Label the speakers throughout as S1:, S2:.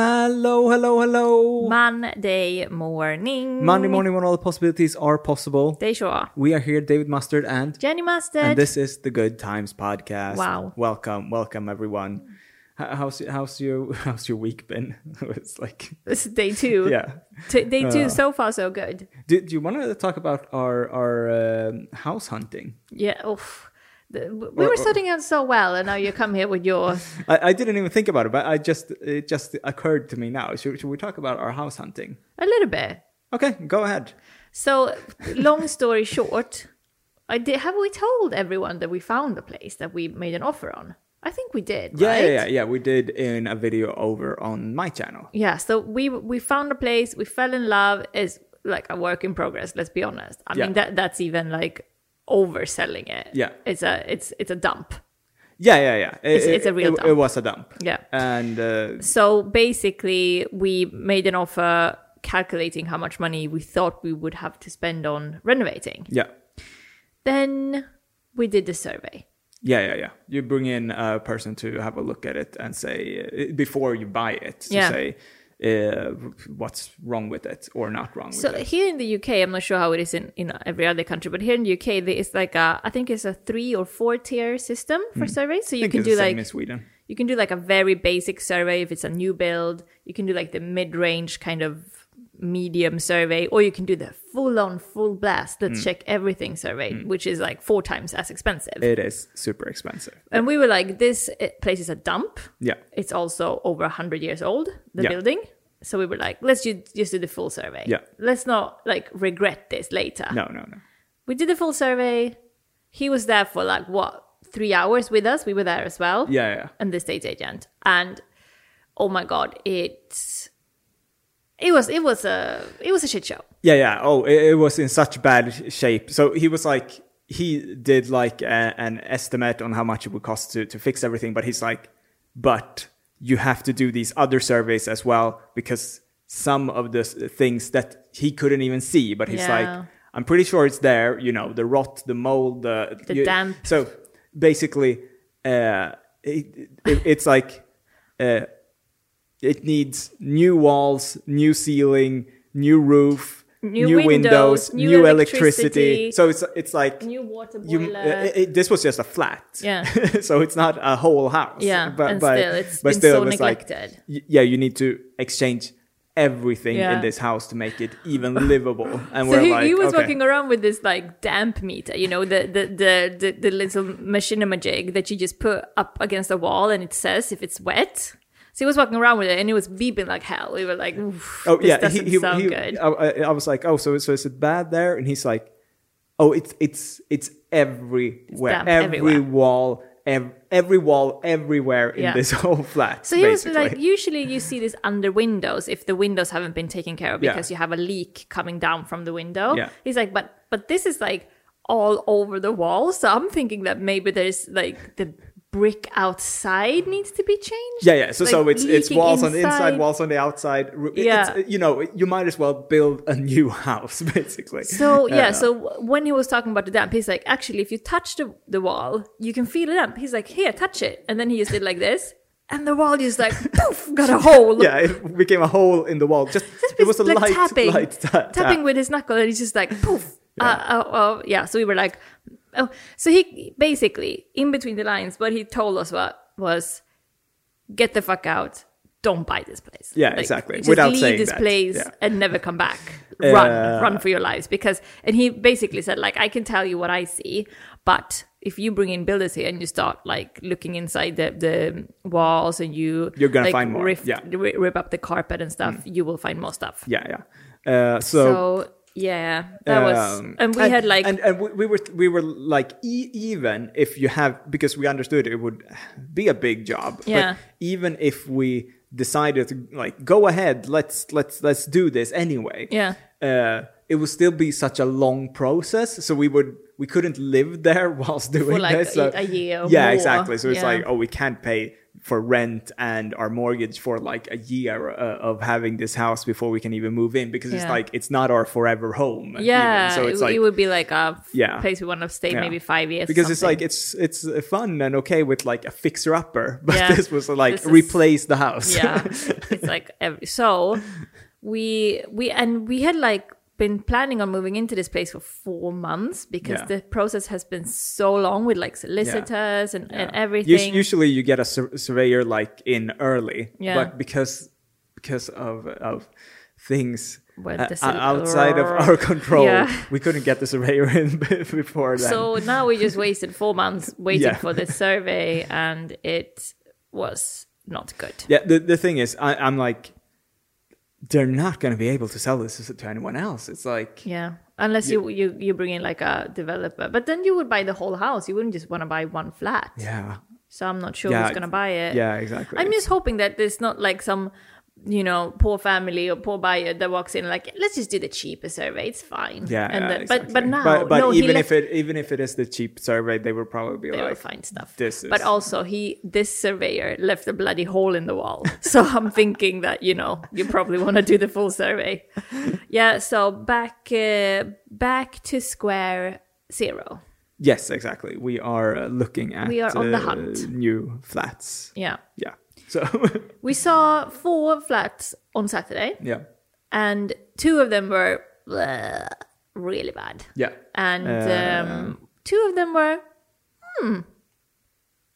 S1: Hello, hello, hello.
S2: Monday morning.
S1: Monday morning when all the possibilities are possible.
S2: Day sure.
S1: We are here, David Mustard and
S2: Jenny Mustard.
S1: and this is the Good Times podcast.
S2: Wow.
S1: Welcome, welcome everyone. H- How's how's your how's your week been? it's like
S2: This is day two.
S1: yeah. Uh.
S2: T- day two. So far, so good.
S1: Do, do you want to talk about our our um, house hunting?
S2: Yeah. Oof. The- We were
S1: or-
S2: starting out so well, and now you come here with your.
S1: I, I didn't even think about it, but I just it just occurred to me now. Should, should we talk about our house hunting?
S2: A little bit.
S1: Okay, go ahead.
S2: So, long story short, I did. Have we told everyone that we found the place that we made an offer on? I think we did.
S1: Yeah,
S2: right?
S1: yeah, yeah, yeah. We did in a video over on my channel.
S2: Yeah, so we we found a place, we fell in love. It's like a work in progress. Let's be honest. I
S1: Yeah.
S2: mean that that's even like overselling it.
S1: Yeah.
S2: it's a it's it's a dump.
S1: Yeah, yeah, yeah. It-
S2: It's-
S1: it-
S2: it's a real
S1: it,
S2: dump.
S1: It was a dump.
S2: Yeah.
S1: And uh,
S2: So basically, we made an offer calculating how much money we thought we would have to spend on renovating.
S1: yeah,
S2: Then we did the survey.
S1: yeah, yeah, yeah. You bring in a person to have a look at it and say uh, before you buy it to
S2: Yeah.
S1: say uh, what's wrong with it or not wrong
S2: So
S1: with it.
S2: here in the UK, I'm not sure how it is in, in every other country, but here in the UK, there is like a I think it's a three or four tier system for surveys.
S1: Hmm.
S2: So
S1: I
S2: you
S1: think
S2: can
S1: it's the
S2: do
S1: same
S2: like
S1: in Sweden.
S2: you can do like a very basic survey if it's a new build you can do like the mid-range kind of medium survey or you can do the full-on full blast
S1: Mm.
S2: let's check everything survey which is like four times as expensive
S1: It is super expensive.
S2: and we were like this eh, place is a dump
S1: Yeah,
S2: it's also over 100 years old the
S1: Yeah.
S2: building so we were like let's ju- just do the full survey
S1: Yeah.
S2: let's not like regret this later
S1: no, no, no.
S2: we did the full survey he was there for like what three hours with us we were there as well
S1: Yeah, yeah.
S2: and the state agent and oh my god it's it was it was a it was a shit show
S1: Yeah, yeah. Oh, it, it was in such bad sh- shape. So he was like, he did like a, an estimate on how much it would cost to, to fix everything, but he's like, but you have to do these other surveys as well because some of the s- things that he couldn't even see, but he's
S2: Yeah.
S1: like, I'm pretty sure it's there, you know, the rot, the mold, the,
S2: The
S1: you-
S2: damp.
S1: So basically, uh, it, it, it's like, uh, it needs new walls, new ceiling, new roof,
S2: New windows, new electricity.
S1: So it's it's like
S2: new water boiler
S1: you, uh, it- this was just a flat.
S2: Yeah.
S1: so it's not a whole house.
S2: Yeah,
S1: But
S2: and
S1: but,
S2: still, it's
S1: but
S2: been
S1: still
S2: so
S1: it was
S2: neglected.
S1: like y- yeah, you need to exchange everything
S2: Yeah.
S1: in this house to make it even livable. And
S2: so
S1: we're
S2: he,
S1: like
S2: he was
S1: okay.
S2: walking around with this like damp meter you know the the the, the, the little machinima jig that you just put up against the wall and it says if it's wet so he was walking around with it and it was beeping like hell we were like Oof,
S1: Oh
S2: this
S1: yeah,
S2: doesn't
S1: he, he,
S2: sound
S1: he,
S2: good
S1: I, I- I was like, oh, so so is it bad there? And he's like, oh, it's it's it's everywhere,
S2: damp
S1: every
S2: everywhere.
S1: wall, ev- every wall, everywhere in
S2: Yeah.
S1: this whole flat.
S2: So he was
S1: basically.
S2: like, usually you see this under windows if the windows haven't been taken care of
S1: Yeah.
S2: because you have a leak coming down from the window.
S1: Yeah.
S2: He's like, but but this is like all over the wall. So I'm thinking that maybe there's like the brick outside needs to be changed.
S1: yeah, yeah. So
S2: like,
S1: so it's it's
S2: leaking
S1: walls on the inside, walls on the outside. Ru- it-
S2: Yeah.
S1: it's, you know, you might as well build a new house, basically.
S2: So yeah,
S1: Uh,
S2: so w- when he was talking about the damp, he's like, actually, if you touch the, the wall, you can feel the damp. He's like, here, touch it, and then he just did like this, and the wall just like poof got a hole.
S1: yeah, it became a hole in the wall. Just, it was a
S2: like
S1: light
S2: tapping,
S1: light ta- tap.
S2: tapping with his knuckle, and he's just like poof. Uh, uh, uh, yeah. So we were like, oh. So he basically in between the lines, what he told us wa- was, get the fuck out. Don't buy this place.
S1: Yeah,
S2: Like,
S1: exactly.
S2: Just
S1: Without
S2: leave
S1: saying
S2: this
S1: that.
S2: place
S1: Yeah.
S2: and never come back. Run,
S1: Uh,
S2: run for your lives. Because and he basically said like, I can tell you what I see, but if you bring in builders here and you start like looking inside the, the walls and you
S1: You're gonna
S2: like,
S1: find more.
S2: rift-
S1: Yeah.
S2: ri- rip up the carpet and stuff,
S1: Mm.
S2: you will find more stuff.
S1: yeah, yeah. Uh,
S2: So, yeah, that was,
S1: Um,
S2: and we had like,
S1: and, and we, we were we were like e- even if you have because we understood it would be a big job
S2: Yeah.
S1: but even if we decided to like go ahead let's let's let's do this anyway
S2: Yeah.
S1: uh, it would still be such a long process so we would we couldn't live there whilst doing
S2: like,
S1: this so-
S2: a year or
S1: yeah
S2: more.
S1: exactly so it's
S2: Yeah.
S1: like oh we can't pay for rent and our mortgage for like a year uh, of having this house before we can even move in because it's
S2: Yeah.
S1: like it's not our forever home.
S2: Yeah,
S1: even. so it's
S2: it,
S1: like
S2: it would be like a f-
S1: Yeah.
S2: place we want to stay
S1: Yeah.
S2: maybe five years.
S1: because
S2: or
S1: it's
S2: something.
S1: like it's it's fun and okay with like a fixer upper, but
S2: Yeah.
S1: this was like
S2: This is-
S1: replace the house.
S2: yeah, it's like every, so we we and we had like been planning on moving into this place for four months because
S1: Yeah.
S2: the process has been so long with like solicitors and, and
S1: Yeah. Us-
S2: everything.
S1: usually, you get a sur- surveyor like in early,
S2: Yeah.
S1: but because because of of things
S2: Well,
S1: uh,
S2: this
S1: uh,
S2: is-
S1: outside of our control,
S2: Yeah.
S1: we couldn't get the surveyor in before then.
S2: so now we just wasted four months waiting
S1: Yeah.
S2: for this survey, and it was not good.
S1: yeah, the the thing is, I, I'm like, they're not going to be able to sell this to anyone else. It's like
S2: Yeah, unless you you you bring in like a developer, but then you would buy the whole house. You wouldn't just want to buy one flat.
S1: yeah,
S2: So I'm not sure
S1: Yeah,
S2: who's gonna buy it.
S1: yeah, exactly.
S2: I'm just hoping that there's not like some, you know, poor family or poor buyer that walks in like, let's just do the cheaper survey. It's fine.
S1: yeah,
S2: And
S1: yeah,
S2: then-
S1: exactly.
S2: but but now,
S1: but, but
S2: no, he
S1: even
S2: left,
S1: if it even if it is the cheap survey, they would probably be
S2: they will
S1: like,
S2: find stuff.
S1: this is-
S2: But also, he this surveyor left a bloody hole in the wall. So I'm thinking that you know you probably want to do the full survey. Yeah. So back uh, back to square zero.
S1: yes, exactly. We are uh, looking at
S2: We are on the
S1: uh,
S2: hunt.
S1: new flats.
S2: Yeah.
S1: Yeah. So
S2: We saw four flats on Saturday,
S1: yeah,
S2: and two of them were bleh, really bad.
S1: yeah,
S2: and
S1: Uh,
S2: um, two of them were hmm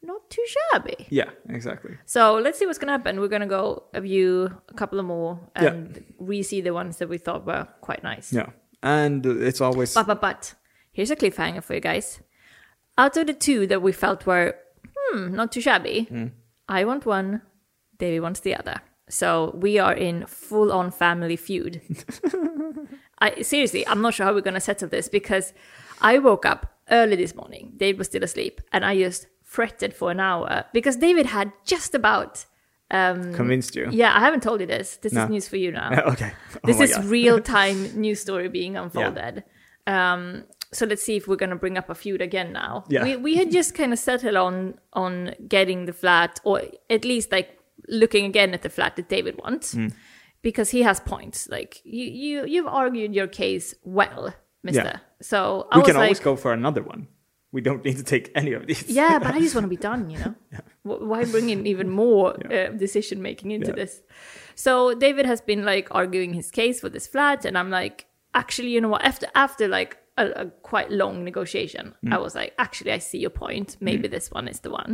S2: not too shabby
S1: yeah. Exactly.
S2: so let's see what's gonna happen we're gonna go view a couple of more
S1: Yeah.
S2: and re-see the ones that we thought were quite nice
S1: Yeah, and it's always
S2: but but but here's a cliffhanger for you guys out of the two that we felt were hmm not too shabby
S1: Mm.
S2: i want one david wants the other so we are in full-on family feud I seriously, I'm not sure how we're gonna settle this because I woke up early this morning. Dave was still asleep, and I just fretted for an hour because David had just about. Um,
S1: convinced you.
S2: yeah, I haven't told you this. This
S1: No.
S2: is news for you now.
S1: okay. Oh
S2: This
S1: my
S2: is
S1: God.
S2: real time news story being unfolded. Um, so let's see if we're gonna bring up a feud again now.
S1: Yeah.
S2: We we had just kind of settled on on getting the flat, or at least like looking again at the flat that David wants,
S1: Hmm.
S2: because he has points. Like you you you've argued your case well, Mister. So I
S1: we
S2: was
S1: can
S2: like,
S1: always go for another one. We don't need to take any of these.
S2: yeah, but I just want to be done, you know? Wh- Why bring in even more uh, decision making into
S1: Yeah.
S2: this? So David has been like arguing his case for this flat, and I'm like, actually, you know what? After after like a, a quite long negotiation, I was like, actually, I see your point. Maybe this one is the one.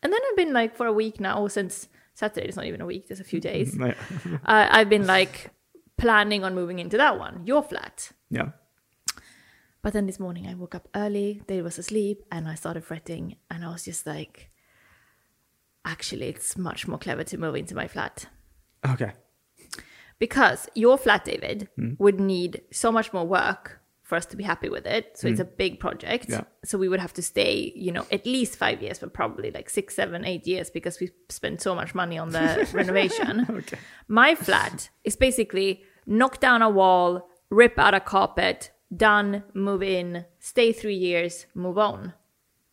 S2: And then I've been like for a week now since Saturday. It's not even a week. There's a few days.
S1: Yeah.
S2: Uh, I've been like planning on moving into that one, your flat.
S1: Yeah.
S2: But then this morning I woke up early, Dave was asleep, and I started fretting. And I was just like, actually, it's much more clever to move into my flat.
S1: Okay.
S2: Because your flat, David, would need so much more work for us to be happy with it. So it's a big project.
S1: Yeah.
S2: So we would have to stay, you know, at least five years, but probably like six, seven, eight years because we spent so much money on the renovation.
S1: Okay.
S2: My flat is basically knock down a wall, rip out a carpet, done, move in, stay three years, move on.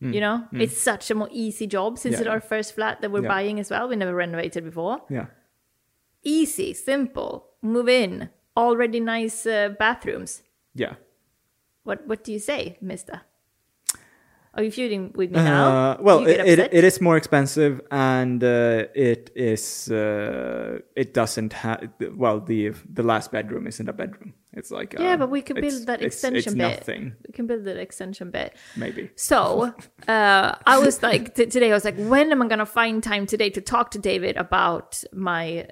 S2: You know, it's such a more easy job
S1: Hmm.
S2: since
S1: Yeah.
S2: it's our first flat that we're
S1: Yeah.
S2: buying as well. We never renovated before.
S1: Yeah.
S2: Easy, simple, move in, already nice uh, bathrooms.
S1: Yeah.
S2: What What do you say, Mister? Are you feuding with me now?
S1: Uh, well,
S2: You get
S1: it, it,
S2: upset?
S1: it is more expensive, and uh, it is uh, it doesn't have well the the last bedroom isn't a bedroom. It's like
S2: yeah,
S1: uh,
S2: but we could
S1: it's-
S2: build that
S1: it's-
S2: extension
S1: It's
S2: bit.
S1: nothing,
S2: We can build that extension bit.
S1: maybe.
S2: So uh, I was like t- today. I was like, when am I gonna find time today to talk to David about my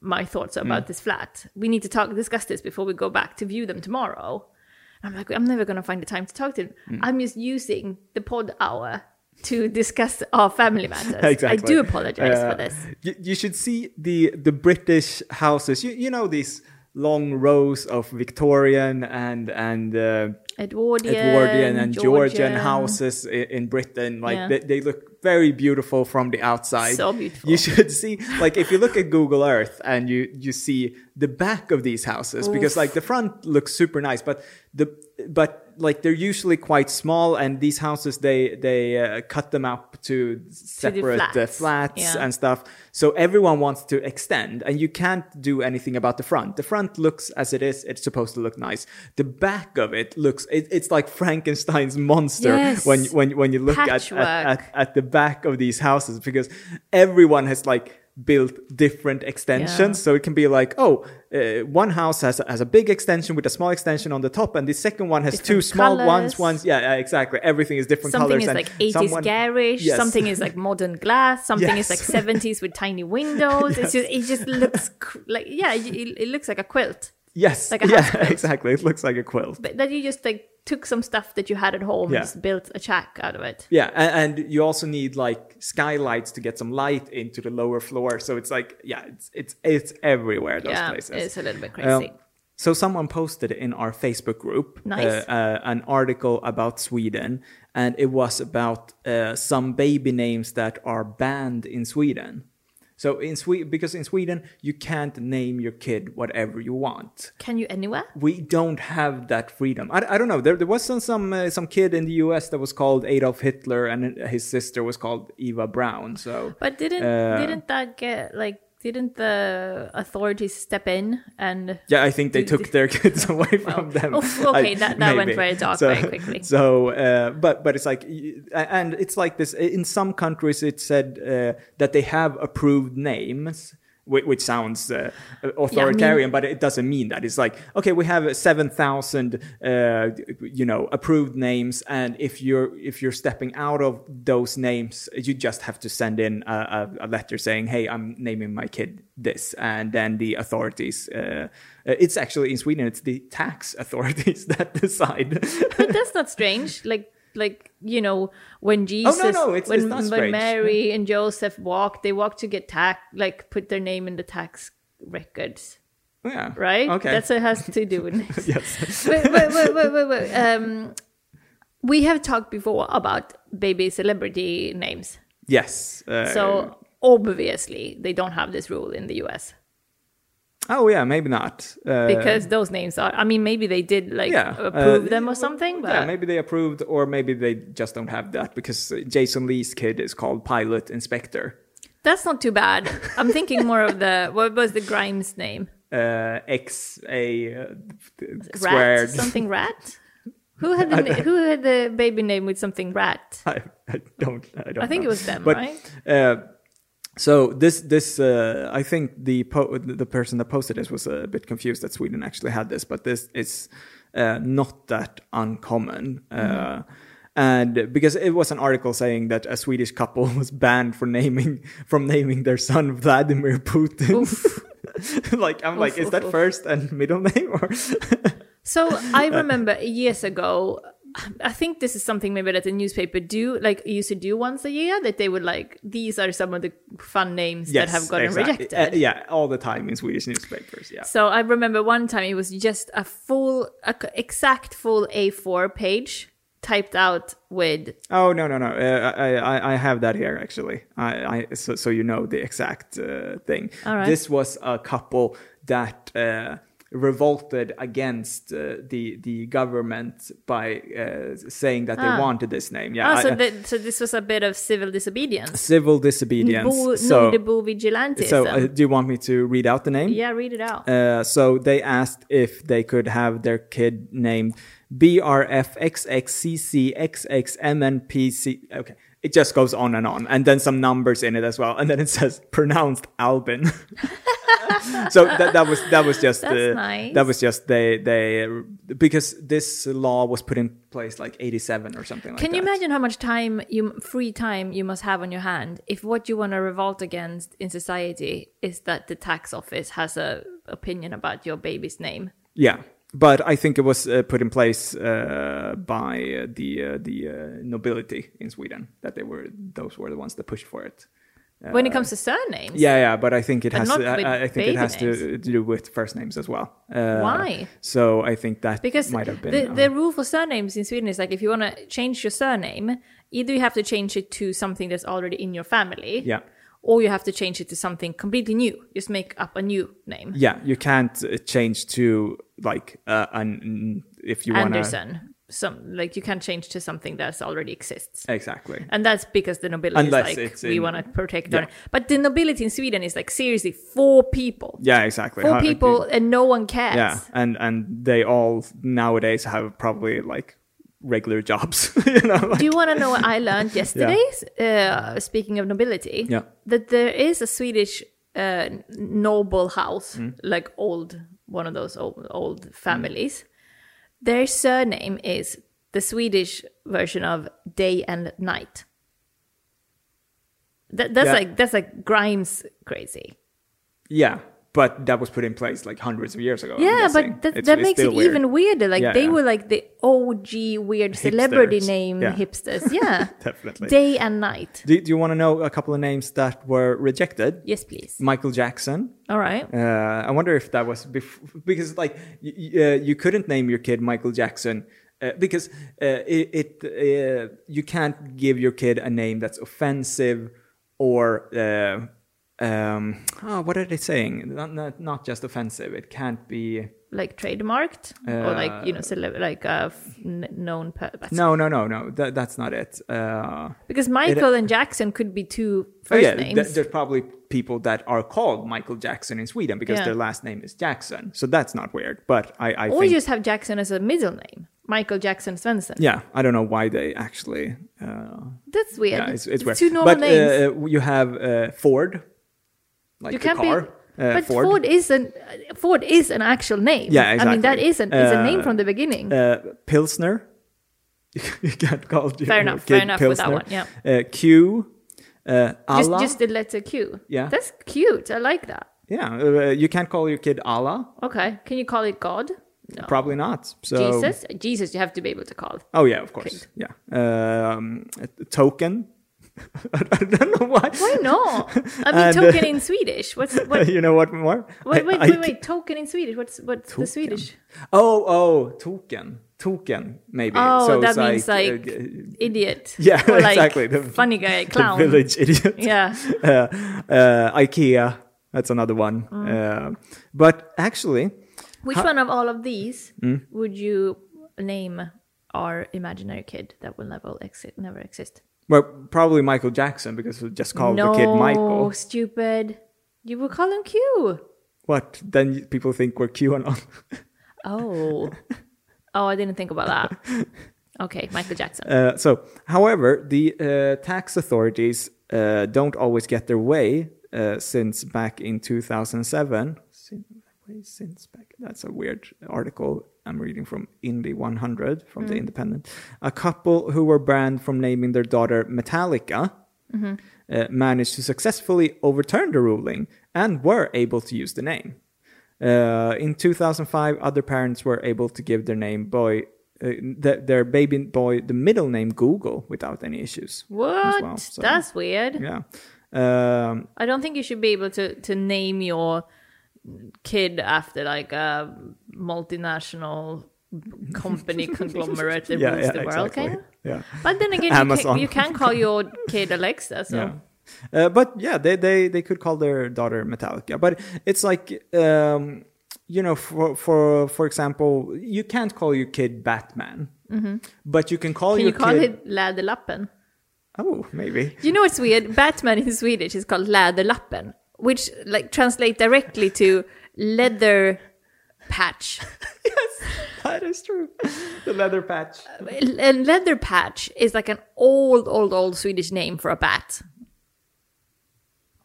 S2: my thoughts
S1: Hmm.
S2: about this flat? We need to talk discuss this before we go back to view them tomorrow. And I'm like, I'm never gonna find the time to talk to him.
S1: Hmm.
S2: I'm just using the pod hour to discuss our family matters. I do apologize
S1: Uh,
S2: for this.
S1: You, you should see the the British houses. You you know these long rows of Victorian and and. Uh,
S2: Edwardian,
S1: Edwardian and Georgian, houses i- in Britain. Like
S2: Yeah.
S1: they, they look very beautiful from the outside.
S2: So beautiful.
S1: You should see like if you look at Google Earth and you you see the back of these houses because like the front looks super nice, but the but like they're usually quite small and these houses they they uh, cut them up to separate
S2: flats.
S1: the flats
S2: Yeah.
S1: and stuff. So everyone wants to extend, and you can't do anything about the front. The front looks as it is; it's supposed to look nice. The back of it looks it, it's like Frankenstein's monster
S2: Yes.
S1: when when when you look at, at,
S2: Patchwork.
S1: at at the back of these houses because everyone has like built different extensions so it can be like oh uh, one house has a, has a big extension with a small extension on the top and the second one has two
S2: Different
S1: small ones
S2: colours.
S1: ones yeah yeah, exactly everything is different
S2: Something
S1: colors
S2: is
S1: and
S2: like 80s
S1: someone-
S2: garish,
S1: Yes.
S2: something is like modern glass, something
S1: Yes.
S2: is like 70s with tiny windows. It's just, it just looks cr- like, yeah, it, it looks like a quilt.
S1: yes
S2: like a
S1: yeah
S2: house quilt.
S1: exactly it looks like a quilt
S2: But then you just like took some stuff that you had at home
S1: Yeah.
S2: and just built a shack out of it.
S1: yeah a- and, and you also need like skylights to get some light into the lower floor so it's like yeah it's it's, it's everywhere those
S2: yeah,
S1: places
S2: it's a little bit
S1: Um,
S2: crazy.
S1: so someone posted in our Facebook group
S2: Nice.
S1: uh, uh, an article about Sweden, and it was about uh, some baby names that are banned in Sweden. So in Sweden, because in Sweden you can't name your kid whatever you want.
S2: Can you anywhere?
S1: We don't have that freedom. I, I don't know. There, there was some some, uh, some kid in the U.S. that was called Adolf Hitler, and his sister was called Eva Brown. So
S2: But didn't
S1: Uh,
S2: didn't that get like didn't the authorities step in and
S1: Yeah, I think they
S2: Did-
S1: took their kids away from them.
S2: oof, okay,
S1: I-
S2: that- that went
S1: maybe.
S2: very dark
S1: so,
S2: very quickly.
S1: So, uh, but but it's like, y- and it's like this. In some countries, it said uh, that they have approved names. whi- Which sounds uh, authoritarian, but it doesn't mean that. It's like, okay, we have seven thousand, uh, you know, approved names, and if you're if you're stepping out of those names, you just have to send in a, a, a letter saying, "Hey, I'm naming my kid this," and then the authorities. Uh, uh, it's actually in Sweden. It's the tax authorities that decide.
S2: but that's not strange like like you know when jesus
S1: Oh, no, it's-
S2: when,
S1: it's not
S2: when
S1: strange.
S2: mary and joseph walked they walked to get tax like put their name in the tax records
S1: yeah.
S2: right
S1: Okay.
S2: that's what it has to do with it
S1: yes.
S2: wait, wait, wait, wait, wait, wait. Um, we have talked before about baby celebrity names
S1: Yes. Uh,
S2: so obviously they don't have this rule in the us
S1: Oh yeah, maybe not. Uh,
S2: because those names are i mean maybe they did like
S1: Yeah,
S2: approve
S1: uh,
S2: them or something but
S1: yeah, maybe they approved, or maybe they just don't have that because Jason Lee's kid is called Pilot Inspector.
S2: that's not too bad i'm thinking more of the what was the grimes name
S1: Uh, X A uh,
S2: rat
S1: squared.
S2: something rat who had the na- who had the baby name with something rat
S1: I, I don't. I don't.
S2: i think
S1: know.
S2: it was them
S1: But-
S2: right
S1: Uh, so this this uh, I think the po- the person that posted this was a bit confused that Sweden actually had this, but this is uh, not that uncommon. Uh,
S2: Mm-hmm.
S1: and because it was an article saying that a Swedish couple was banned for naming from naming their son Vladimir Putin. like I'm like,
S2: Oof,
S1: is
S2: oof,
S1: that
S2: oof.
S1: first and middle name or
S2: so i remember years ago i think this is something maybe that the newspaper do like used to do once a year that they would like these are some of the fun names that have gotten
S1: exactly.
S2: rejected
S1: Uh, yeah, all the time in Swedish newspapers. Yeah.
S2: So I remember one time it was just a full, a c- exact full A4 page typed out with
S1: Oh no no no! Uh, I, I I have that here actually. I, I so so you know the exact uh, thing.
S2: All right.
S1: This was a couple that uh, revolted against uh, the the government by uh, saying that
S2: Ah.
S1: they wanted this name. Yeah,
S2: ah,
S1: I- uh,
S2: so,
S1: I- uh,
S2: th- so this was a bit of civil disobedience.
S1: civil disobedience.
S2: Bo-
S1: so
S2: Nordebo vigilantism.
S1: so uh, do you want me to read out the name?
S2: yeah, read it out.
S1: Uh, so they asked if they could have their kid named BRFXXCCXXMNPC. Okay. It just goes on and on. And then some numbers in it as well. And then it says pronounced Albin. so that, that was that was just
S2: That's
S1: uh,
S2: nice.
S1: that was just they they because this law was put in place like 87 or something like
S2: Can
S1: that.
S2: you imagine how much time you free time you must have on your hand if what you want to revolt against in society is that the tax office has a opinion about your baby's name?
S1: Yeah, but I think it was uh, put in place uh, by uh, the uh, the uh, nobility in Sweden that they were those were the ones that pushed for it.
S2: when it comes to surnames,
S1: Uh, Yeah, yeah, but I think it
S2: But
S1: has.
S2: not
S1: To,
S2: with
S1: I, I think it
S2: baby
S1: has to do with first names as well. Uh,
S2: Why?
S1: So I think that
S2: because
S1: might have been
S2: the,
S1: uh,
S2: the rule for surnames in Sweden is like if you want to change your surname, either you have to change it to something that's already in your family,
S1: Yeah.
S2: or you have to change it to something completely new. Just make up a new name,
S1: yeah. You can't uh, change to like uh, an if you want to
S2: Anderson. some like you can't change to something that's already exists.
S1: Exactly.
S2: And that's because the nobility
S1: Eh. Unless
S2: is like
S1: it's
S2: we
S1: in-
S2: want to protect
S1: Yeah.
S2: our but the nobility in Sweden is like seriously four people.
S1: Yeah, exactly.
S2: Four
S1: How- uh,
S2: people and no one cares.
S1: Yeah, and and they all nowadays have probably like regular jobs, you know. like-
S2: Do you want to know what I learned yesterday? Uh, speaking of nobility,
S1: Yeah.
S2: that there is a Swedish uh, noble house,
S1: Mm.
S2: like old one of those old, old families. Their surname is the Swedish version of day and night. That, that's
S1: Yeah.
S2: like that's like Grimes crazy.
S1: yeah, but that was put in place like hundreds of years ago. I'm
S2: Yeah,
S1: guessing.
S2: but that,
S1: It's-
S2: that
S1: it's
S2: makes
S1: still
S2: it
S1: weird.
S2: even weirder. Like
S1: Yeah,
S2: they
S1: yeah.
S2: were like the OG weird celebrity
S1: Hipsters.
S2: name
S1: Yeah.
S2: hipsters. Yeah,
S1: Definitely.
S2: Day and night.
S1: Do, do you want to know a couple of names that were rejected?
S2: Yes, please.
S1: Michael Jackson.
S2: All right.
S1: Uh, I wonder if that was bef- because like y- y- uh, you couldn't name your kid Michael Jackson. Uh, because uh, it, it uh, you can't give your kid a name that's offensive or uh, um, oh, what are they saying? Not, not, not just offensive. It can't be
S2: like trademarked or like you know
S1: Uh,
S2: celeb- like a f- n- known purpose.
S1: no, no, no, no. That, that's not it. Uh,
S2: because Michael and Jackson could be two first
S1: Oh, yeah, th-
S2: names.
S1: there's probably people that are called Michael Jackson in Sweden because
S2: Yeah.
S1: their last name is Jackson. So that's not weird. But I, I
S2: or
S1: think
S2: just have Jackson as a middle name, Michael Jackson Svensson.
S1: yeah, I don't know why they actually. Uh,
S2: That's weird.
S1: yeah, it's, it's weird.
S2: two normal
S1: but
S2: names.
S1: Uh, you have uh, Ford, like
S2: you
S1: the
S2: can't
S1: car.
S2: be.
S1: uh,
S2: but Ford. is an uh, Ford is an actual name.
S1: Yeah,
S2: I mean that
S1: exactly.
S2: is an is a name
S1: Uh,
S2: from the beginning.
S1: uh, Pilsner. you can't call your
S2: Fair enough,
S1: kid
S2: fair enough with that
S1: Pilsner.
S2: one, yeah.
S1: Uh, Q. Uh,
S2: just
S1: Allah.
S2: just the letter Q.
S1: Yeah.
S2: that's cute. I like that.
S1: yeah, uh, you can't call your kid Allah.
S2: Okay, can you call it God? No.
S1: Probably not. So
S2: Jesus, Jesus, you have to be able to call.
S1: Oh yeah, of course. Yeah. Um, a token. I don't know why.
S2: Why not? I mean,
S1: And, uh,
S2: token in Swedish. What's what?
S1: you know what more?
S2: Wait,
S1: I-
S2: wait,
S1: I
S2: wait,
S1: c-
S2: wait. Token in Swedish. What's what's the Swedish?
S1: Oh, oh, token, token, maybe.
S2: Oh,
S1: so
S2: that
S1: it's
S2: means
S1: like,
S2: like,
S1: uh, g-
S2: idiot.
S1: Yeah,
S2: Or, like,
S1: exactly. The-
S2: funny guy,
S1: the
S2: clown.
S1: village idiot.
S2: Yeah.
S1: Uh, uh, IKEA. That's another one.
S2: Mm.
S1: Uh, but actually,
S2: Which one of all of these
S1: Mm.
S2: would you name our imaginary kid that will never exist? Never exist.
S1: well, probably Michael Jackson because we just called the kid Michael.
S2: stupid. You would call him Q.
S1: What? Then people think we're QAnon.
S2: Oh. oh, I didn't think about that. Okay, Michael Jackson.
S1: Uh, so, however, the uh, tax authorities uh, don't always get their way uh, since back in 2007. Sin- Since back, that's a weird article I'm reading from Indie 100 from The Independent. A couple who were banned from naming their daughter Metallica
S2: Mm-hmm.
S1: uh, managed to successfully overturn the ruling and were able to use the name. Uh, in 2005, other parents were able to give their name boy, uh, th- their baby boy, the middle name Google without any issues.
S2: what?
S1: well, so-
S2: That's weird.
S1: Yeah. Um,
S2: I don't think you should be able to to name your kid after like a multinational company conglomerate that
S1: yeah,
S2: rules
S1: yeah,
S2: the world,
S1: exactly.
S2: kind of.
S1: Yeah.
S2: But then again, you
S1: Amazon.
S2: can, you can call your kid Alexa. So
S1: Yeah. Uh, but yeah, they, they they could call their daughter Metallica, but it's like um, you know, for for for example, you can't call your kid Batman, but you can call
S2: Mm-hmm. can
S1: your
S2: you call
S1: kid.
S2: it Läderlappen?
S1: Oh, maybe.
S2: You know what's weird? Batman in Swedish is called Läderlappen, which like translate directly to leather patch.
S1: That is true. The leather patch.
S2: And leather patch is like an old, old, old Swedish name for a bat.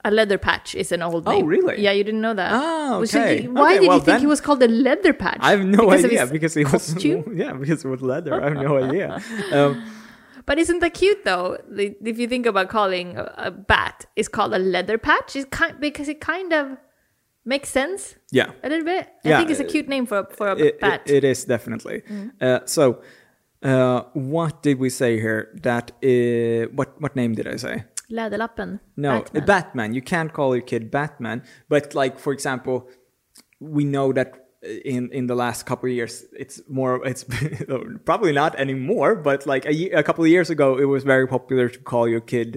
S2: A leather patch is an old
S1: Oh,
S2: name.
S1: really?
S2: Yeah, you didn't know that.
S1: Oh,
S2: So
S1: okay.
S2: you- why
S1: Okay,
S2: did
S1: well
S2: you think he
S1: then-
S2: was called a leather patch?
S1: I have no
S2: Because of
S1: idea
S2: his
S1: because it was
S2: costume?
S1: yeah because it was leather. I have no idea. Um,
S2: But isn't that cute though? The- If you think about calling a, a bat, it's called a leather patch. It's kind because it kind of makes sense
S1: yeah,
S2: a little bit. I
S1: Yeah,
S2: think it's a
S1: it-
S2: cute name for a, for a
S1: it, it-
S2: bat.
S1: it is definitely. Uh, so, uh, what did we say here? That uh, what what name did I say?
S2: Läderlappen.
S1: No,
S2: Batman.
S1: Batman. You can't call your kid Batman, but like for example, we know that uh, in in the last couple of years it's more it's probably not anymore but like a, ye- a couple of years ago it was very popular to call your kid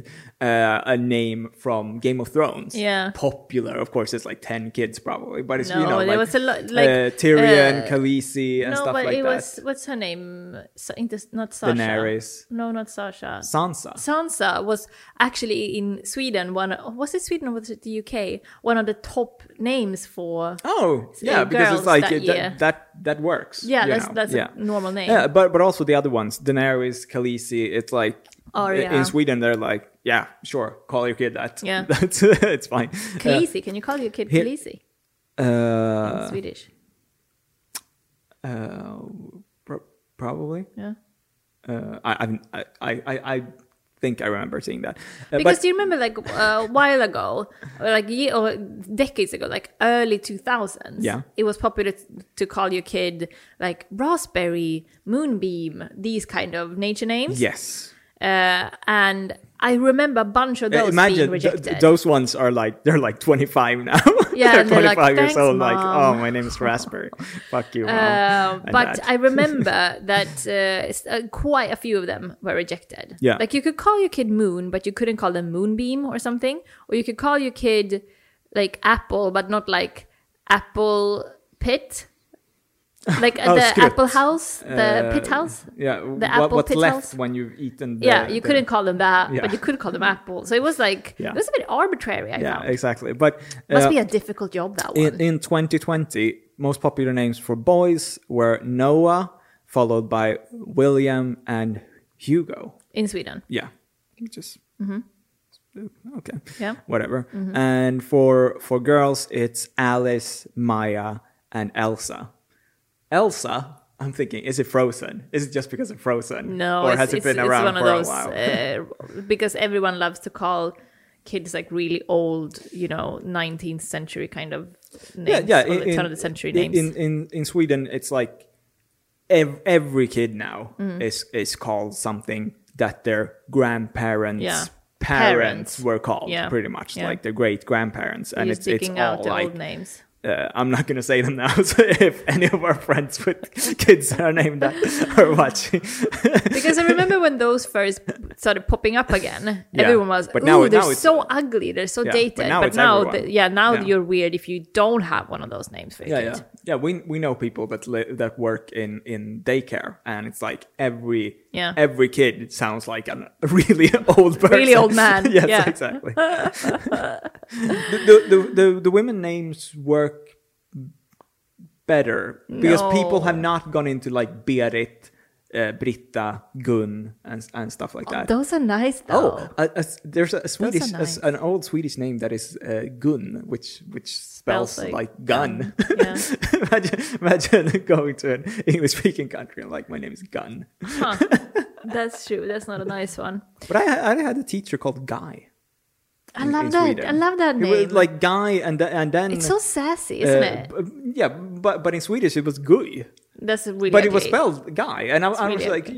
S1: uh, a name from game of thrones
S2: Yeah.
S1: popular of course it's like 10 kids probably but it's you
S2: No,
S1: know
S2: there
S1: like,
S2: was a lot- like,
S1: uh, tyrion
S2: uh,
S1: khaleesi and
S2: no,
S1: stuff
S2: but
S1: like
S2: it
S1: that
S2: was what's her name? Sa- inte- not Sasha.
S1: daenerys
S2: No, not Sasha.
S1: sansa
S2: Sansa was actually in Sweden. One was it Sweden or was it the UK? One of the top names for
S1: Oh, yeah,
S2: uh,
S1: because
S2: girls
S1: it's like
S2: that
S1: it,
S2: year.
S1: that, that that works.
S2: yeah.
S1: you
S2: That's
S1: know,
S2: that's
S1: yeah.
S2: a normal name.
S1: Yeah, but but also the other ones, Daenerys, Khaleesi. It's like
S2: Arya.
S1: in Sweden they're like, yeah, sure, call your kid that.
S2: Yeah.
S1: that's it's fine. Uh,
S2: Khaleesi, can you call your kid
S1: Here-
S2: Khaleesi in
S1: Uh,
S2: Swedish?
S1: uh, pro- probably.
S2: Yeah.
S1: Uh, I, I'm- I I I I think I remember seeing that. Uh,
S2: Because
S1: but
S2: do you remember like uh, a while ago, or like ye- or decades ago, like early 2000s,
S1: Yeah.
S2: it was popular t- to call your kid like Raspberry, Moonbeam, these kind of nature names.
S1: yes,
S2: Uh, and I remember a bunch of
S1: Uh,
S2: those being
S1: imagine th-
S2: rejected.
S1: th- those ones are like they're like 25 now.
S2: Yeah,
S1: they're
S2: and they're like,
S1: 25 years
S2: "Thanks,
S1: old. Like,
S2: Mom."
S1: oh, my name is Raspberry. Fuck you, mom.
S2: Uh,
S1: And
S2: but
S1: dad.
S2: I remember that uh, s- uh, quite a few of them were rejected.
S1: Yeah.
S2: Like you could call your kid Moon, but you couldn't call them Moonbeam or something. Or you could call your kid like Apple, but not like Apple Pit. Like uh,
S1: Oh,
S2: the
S1: Skrutt.
S2: Apple House, the
S1: Uh,
S2: Pit House.
S1: Yeah,
S2: The
S1: what,
S2: apple
S1: what's
S2: pit
S1: left
S2: house?
S1: when you've eaten? The,
S2: yeah, you
S1: the-
S2: couldn't call them that,
S1: Yeah.
S2: but you could call them Apple. So it was like,
S1: Yeah.
S2: it was a bit arbitrary, I
S1: Yeah,
S2: found.
S1: exactly. But
S2: Must
S1: uh,
S2: be a difficult job, that one.
S1: in, in 2020, most popular names for boys were Noah, followed by William and Hugo.
S2: in Sweden.
S1: Yeah, which is okay.
S2: Mm-hmm. Yeah. Mm-hmm.
S1: whatever. And for for girls, it's Alice, Maya, and Elsa. Elsa. I'm thinking, is it Frozen? Is it just because of Frozen?
S2: No,
S1: or
S2: it's,
S1: has it
S2: it's,
S1: been
S2: it's
S1: around
S2: one
S1: for
S2: of those
S1: a while?
S2: uh, because everyone loves to call kids like really old, you know, 19th century kind of names,
S1: yeah,
S2: or
S1: yeah.
S2: the turn of the century
S1: in,
S2: names.
S1: In, in in Sweden, it's like ev- every kid now
S2: Mm-hmm.
S1: is is called something that their grandparents.
S2: Yeah.
S1: Parents,
S2: Parents.
S1: were called
S2: Yeah.
S1: pretty much
S2: Yeah.
S1: like their great grandparents, and
S2: You're
S1: it's it's
S2: sticking
S1: all
S2: out the
S1: like
S2: old names.
S1: uh, I'm not gonna say them now. So if any of our friends with kids that are named that are watching,
S2: Because I remember when those first started popping up again,
S1: Yeah.
S2: everyone was,
S1: But now-
S2: "Ooh, they're
S1: now it's-
S2: so ugly, they're so
S1: Yeah, but
S2: dated."
S1: now
S2: but
S1: it's
S2: now,
S1: everyone.
S2: the- yeah, now
S1: Yeah.
S2: you're weird if you don't have one of those names for your
S1: yeah,
S2: kid.
S1: yeah, yeah. We we know people that li- that work in in daycare, and it's like every
S2: Yeah.
S1: every kid sounds like an- a really old person,
S2: Really old man,
S1: yes,
S2: yeah.
S1: exactly. the, the, the the the women names work better because people
S2: No.
S1: have not gone into like Berit, uh, Britta, Gun, and and stuff like that.
S2: Oh, Those are nice though.
S1: Oh, a, a s- there's a Swedish, a s-
S2: nice.
S1: an old Swedish name that is uh, Gun, which which spells,
S2: Spells like
S1: like gun.
S2: Yeah.
S1: imagine, imagine going to an English-speaking country and like, my name is Gun.
S2: Huh. That's true. That's not a nice one.
S1: But I, I had a teacher called Guy.
S2: I
S1: in-
S2: love
S1: in
S2: that. I
S1: Sweden.
S2: love that
S1: He
S2: name.
S1: was like Guy, and th- and then
S2: It's so sassy, isn't it?
S1: Mm. uh, b- yeah, but but in Swedish it was Guy,
S2: That's really.
S1: but it was
S2: ugly.
S1: spelled Guy, and I, I was
S2: really
S1: like,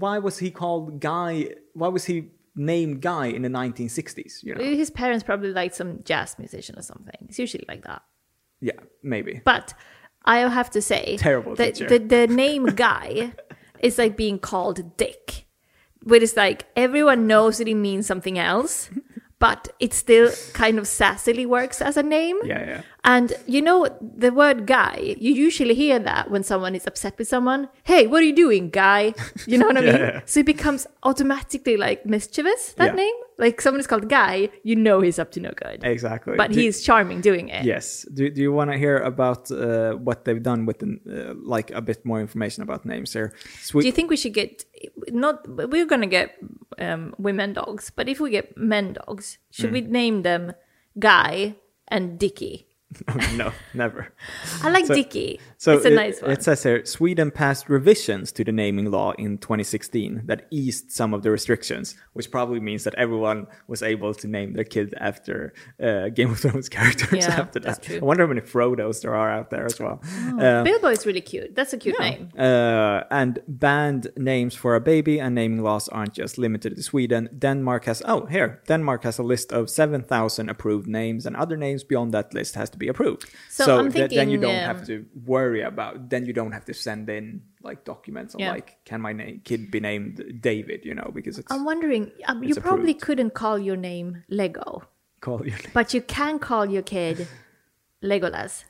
S1: why was he called Guy? Why was he named Guy in the 1960s? You know,
S2: His parents probably liked some jazz musician or something. It's usually like that.
S1: yeah, maybe.
S2: But I have to say,
S1: Terrible
S2: The,
S1: teacher.
S2: the, the name guy is like being called Dick, but it's like everyone knows that he means something else, but it still kind of sassily works as a name.
S1: Yeah, yeah.
S2: And you know the word guy, you usually hear that when someone is upset with someone. Hey, what are you doing, guy? You know what I
S1: Yeah,
S2: mean?
S1: yeah.
S2: So it becomes automatically like mischievous, that
S1: Yeah.
S2: name. Like someone is called guy, you know he's up to no good.
S1: Exactly.
S2: But
S1: Do-
S2: he's charming doing it.
S1: yes. Do Do you want to hear about uh, what they've done with the, uh, like a bit more information about names here? Swe-
S2: Do you think we should get not? We're gonna get um, women dogs, but if we get men dogs, should
S1: Mm.
S2: we name them Guy and Dicky?
S1: no, never.
S2: I like
S1: So-
S2: Dicky.
S1: So
S2: it's a
S1: it,
S2: nice one.
S1: it says here Sweden passed revisions to the naming law in 2016 that eased some of the restrictions, which probably means that everyone was able to name their kid after uh, Game of Thrones characters
S2: Yeah,
S1: after
S2: that's
S1: that.
S2: true. Oh.
S1: I wonder how many Frodo's there are out there as well. Um,
S2: Bilbo is really cute. That's a cute name.
S1: Uh, and banned names for a baby and naming laws aren't just limited to Sweden. Denmark has, oh, here, Denmark has a list of 7,000 approved names, and other names beyond that list has to be be approved.
S2: So I'm
S1: th- then you
S2: thinking,
S1: don't
S2: um,
S1: have to worry about. Then you don't have to send in like documents on
S2: Yeah.
S1: like can my na- kid be named David? You know because it's
S2: I'm wondering, um, you
S1: It's
S2: probably
S1: approved.
S2: couldn't call your name Lego,
S1: call your name.
S2: but you can call your kid Legolas.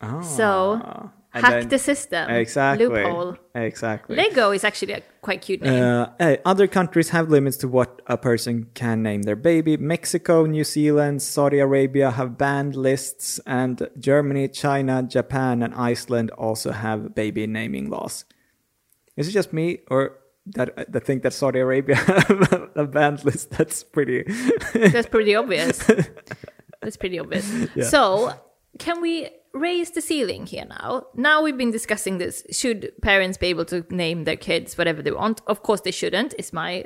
S1: Ah.
S2: So,
S1: And
S2: Hack
S1: then-
S2: the system.
S1: exactly
S2: Loophole.
S1: exactly.
S2: Lego is actually a quite cute name.
S1: Uh, eh, other countries have limits to what a person can name their baby. Mexico, New Zealand, Saudi Arabia have banned lists, and Germany, China, Japan, and Iceland also have baby naming laws. Is it just me, or that the think that Saudi Arabia have a banned list? That's pretty. Uh.
S2: That's pretty obvious. That's pretty obvious. So, can we raise the ceiling here now? Now we've been discussing this. Should parents be able to name their kids whatever they want? Of course, they shouldn't. Is my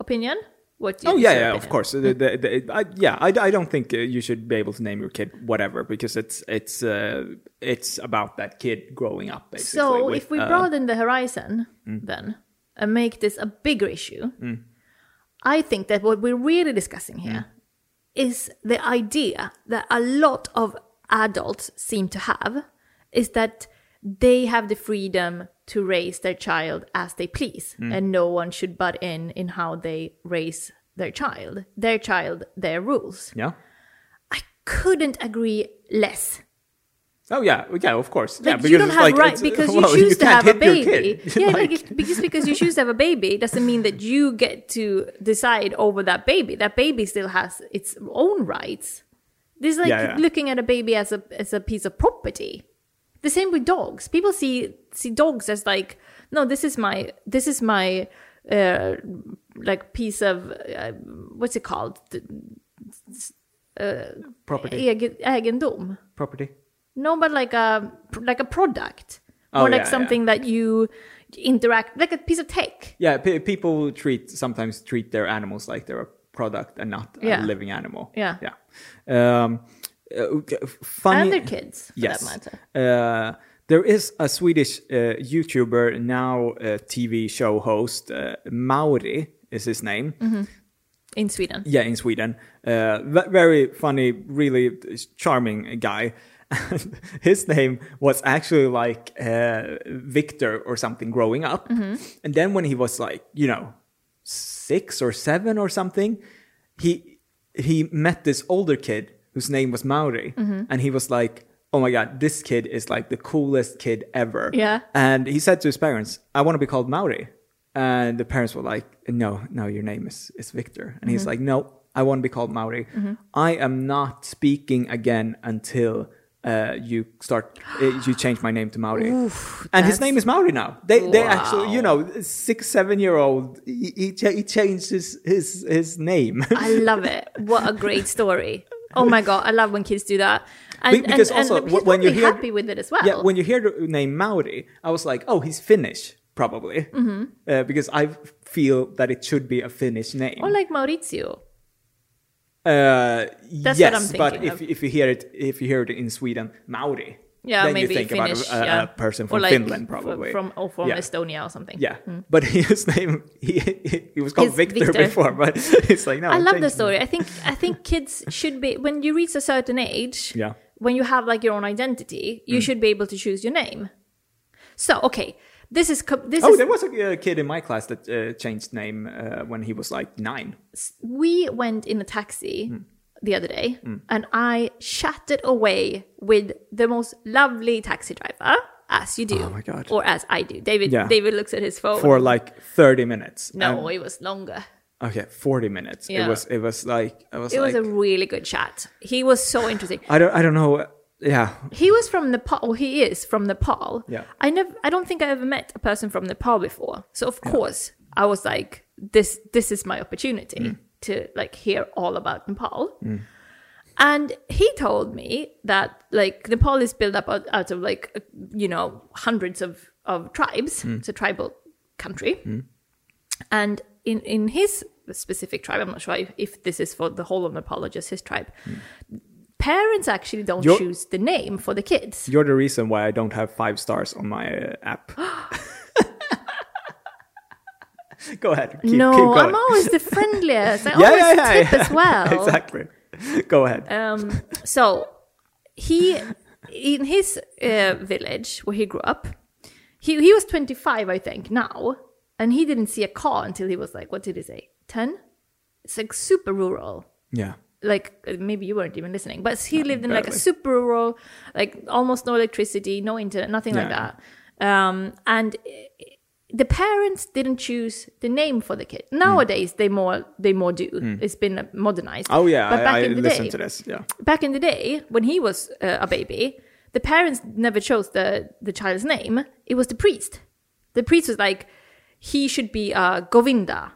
S2: opinion. What? do you-
S1: Oh
S2: is
S1: yeah,
S2: your
S1: yeah, of
S2: opinion?
S1: course. The- the- the- I, yeah, I, I don't think uh, you should be able to name your kid whatever because it's it's uh, it's about that kid growing up. Basically,
S2: So,
S1: with,
S2: if we
S1: uh, Mm.
S2: broaden the horizon, then and make this a bigger issue, I think that what we're really discussing
S1: Mm.
S2: here is the idea that a lot of adults seem to have is that they have the freedom to raise their child as they please,
S1: Mm.
S2: and no one should butt in in how they raise their child. Their child, their rules.
S1: yeah.
S2: I couldn't agree less.
S1: Oh yeah, yeah, of course. yeah,
S2: Like you don't
S1: it's
S2: have
S1: like-
S2: right
S1: it's-
S2: because you
S1: well,
S2: choose to
S1: can't
S2: have
S1: hit
S2: a
S1: your
S2: baby.
S1: kid.
S2: Yeah, like,
S1: Like,
S2: it- because because you choose to have a baby doesn't mean that you get to decide over that baby. That baby still has its own rights. This is like
S1: Yeah, yeah.
S2: looking at a baby as a as a piece of property. The same with dogs. People see see dogs as like no, this is my this is my uh, like piece of uh, what's it called? The-
S1: property,
S2: Egen, egendom.
S1: property.
S2: No, but like a like a product
S1: Oh,
S2: or like
S1: yeah, yeah.
S2: something that you interact like a piece of tech.
S1: Yeah, pe people treat sometimes treat their animals like they're a product and not
S2: Yeah.
S1: a living animal.
S2: Yeah.
S1: yeah. Um, uh, okay, funny.
S2: And their kids, for
S1: yes.
S2: that matter.
S1: Uh, there is a Swedish uh, YouTuber now, uh, TV show host uh, Mauri is his name.
S2: In Sweden.
S1: Yeah, in Sweden. Uh, ve- very funny, really charming guy. His name was actually like uh, Victor or something growing up.
S2: Mm-hmm.
S1: And then when he was like, you know, six or seven or something, he he met this older kid whose name was Mauri,
S2: Mm-hmm.
S1: and he was like, "Oh my god, this kid is like the coolest kid ever."
S2: Yeah.
S1: And he said to his parents, I want to be called Mauri. And the parents were like, No, no, your name is, is Victor. And he's
S2: Mm-hmm.
S1: like, No, I want to be called Mauri. I am not speaking again until uh, you start, uh, you change my name to Mauri. and his
S2: that's-
S1: name is Mauri now. They, they actually,
S2: Wow.
S1: you know, six, seven year old, he, he, cha- he changed his, his, his name.
S2: I love it. What a great story. Oh my god, I love when kids do that.
S1: Be-
S2: And
S1: because
S2: and, and
S1: also,
S2: he's
S1: wh- when you
S2: probably
S1: hear-
S2: happy with it as well.
S1: Yeah, when you hear the name Maori, I was like, oh, he's Finnish, probably.
S2: Mm-hmm.
S1: Uh, because I feel that it should be a Finnish name.
S2: or like Maurizio.
S1: Uh,
S2: That's
S1: yes,
S2: what I'm
S1: but
S2: thinking
S1: if,
S2: of.
S1: if you hear it, if you hear it in Sweden, Maori.
S2: Yeah,
S1: then
S2: maybe
S1: you think
S2: Finnish,
S1: about a, a,
S2: yeah.
S1: a person
S2: Or
S1: from
S2: like
S1: Finland,
S2: f-
S1: probably
S2: From or from
S1: yeah.
S2: Estonia or something.
S1: Yeah, but his name he he, he was called
S2: It's
S1: Victor,
S2: Victor.
S1: before, but it's like no.
S2: I love
S1: change
S2: the
S1: it.
S2: story. I think I think kids should be when you reach a certain age,
S1: Yeah. Mm.
S2: when you have like your own identity, you should be able to choose your name. So okay, this is co- this
S1: Oh,
S2: is
S1: there was a uh, kid in my class that uh, changed name uh, when he was like nine.
S2: we went in a taxi
S1: Mm.
S2: the other day and I chatted away with the most lovely taxi driver as you do
S1: Oh my God.
S2: or as I do. David
S1: Yeah.
S2: David looks at his phone.
S1: For like thirty minutes.
S2: Oh. no, it was longer.
S1: And- okay, forty minutes.
S2: Yeah.
S1: It was. It was like. I was
S2: It
S1: like.
S2: was a really good chat. He was so interesting.
S1: I don't. I don't know. Yeah.
S2: He was from Nepal. Or he is from Nepal.
S1: Yeah.
S2: I never. I don't think I ever met a person from Nepal before. So of course I was like, this. This is my opportunity to like hear all about Nepal. And he told me that like Nepal is built up out, out of like you know hundreds of of tribes. It's a tribal country. And in, in his specific tribe, I'm not sure if, if this is for the whole of Nepal or just his tribe, parents actually don't
S1: You're-
S2: choose the name for the kids.
S1: You're the reason why I don't have five stars on my uh, app. Go ahead. Keep, keep
S2: no,
S1: going.
S2: I'm always the friendliest. I
S1: yeah,
S2: always
S1: yeah, yeah,
S2: tip
S1: yeah.
S2: as well.
S1: exactly. Go ahead.
S2: Um, so he in his uh, village where he grew up, he he was 25, I think, now, and he didn't see a car until he was like, what did he say, 10? It's like super rural
S1: Yeah.
S2: like uh, maybe you weren't even listening, but he lived in like a
S1: barely.
S2: super rural, like almost no electricity, no internet, nothing like
S1: Yeah.
S2: that. Um, and uh, the parents didn't choose the name for the kid.
S1: Mm.
S2: Nowadays, they more they more do. It's been uh, modernized.
S1: Oh yeah,
S2: but back
S1: I, I
S2: in the
S1: listened
S2: day,
S1: to this. Yeah.
S2: back in the day when he was uh, a baby, the parents never chose the the child's name. It was the priest. The priest was like, he should be uh, Govinda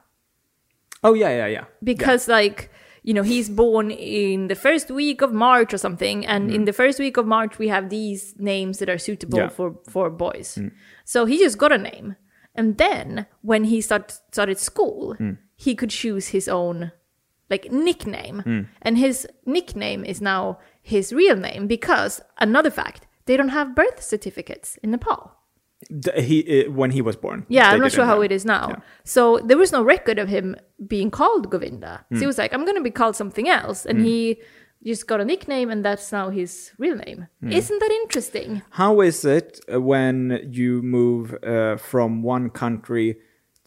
S1: Oh yeah, yeah, yeah.
S2: because like you know he's born in the first week of march or something and in the first week of march we have these names that are suitable
S1: Mm. Yeah. Mm.
S2: for for boys so he just got a name and then when he start, started school
S1: Mm.
S2: he could choose his own like nickname
S1: Mm.
S2: and his nickname is now his real name because another fact they don't have birth certificates in nepal
S1: D- he uh, when he was born.
S2: yeah,
S1: They
S2: I'm not
S1: didn't
S2: sure how
S1: know.
S2: it is now. So there was no record of him being called Govinda.
S1: Hmm.
S2: So he was like, I'm going to be called something else. And he just got a nickname, and that's now his real name.
S1: Hmm.
S2: Isn't that interesting?
S1: How is it uh, when you move uh, from one country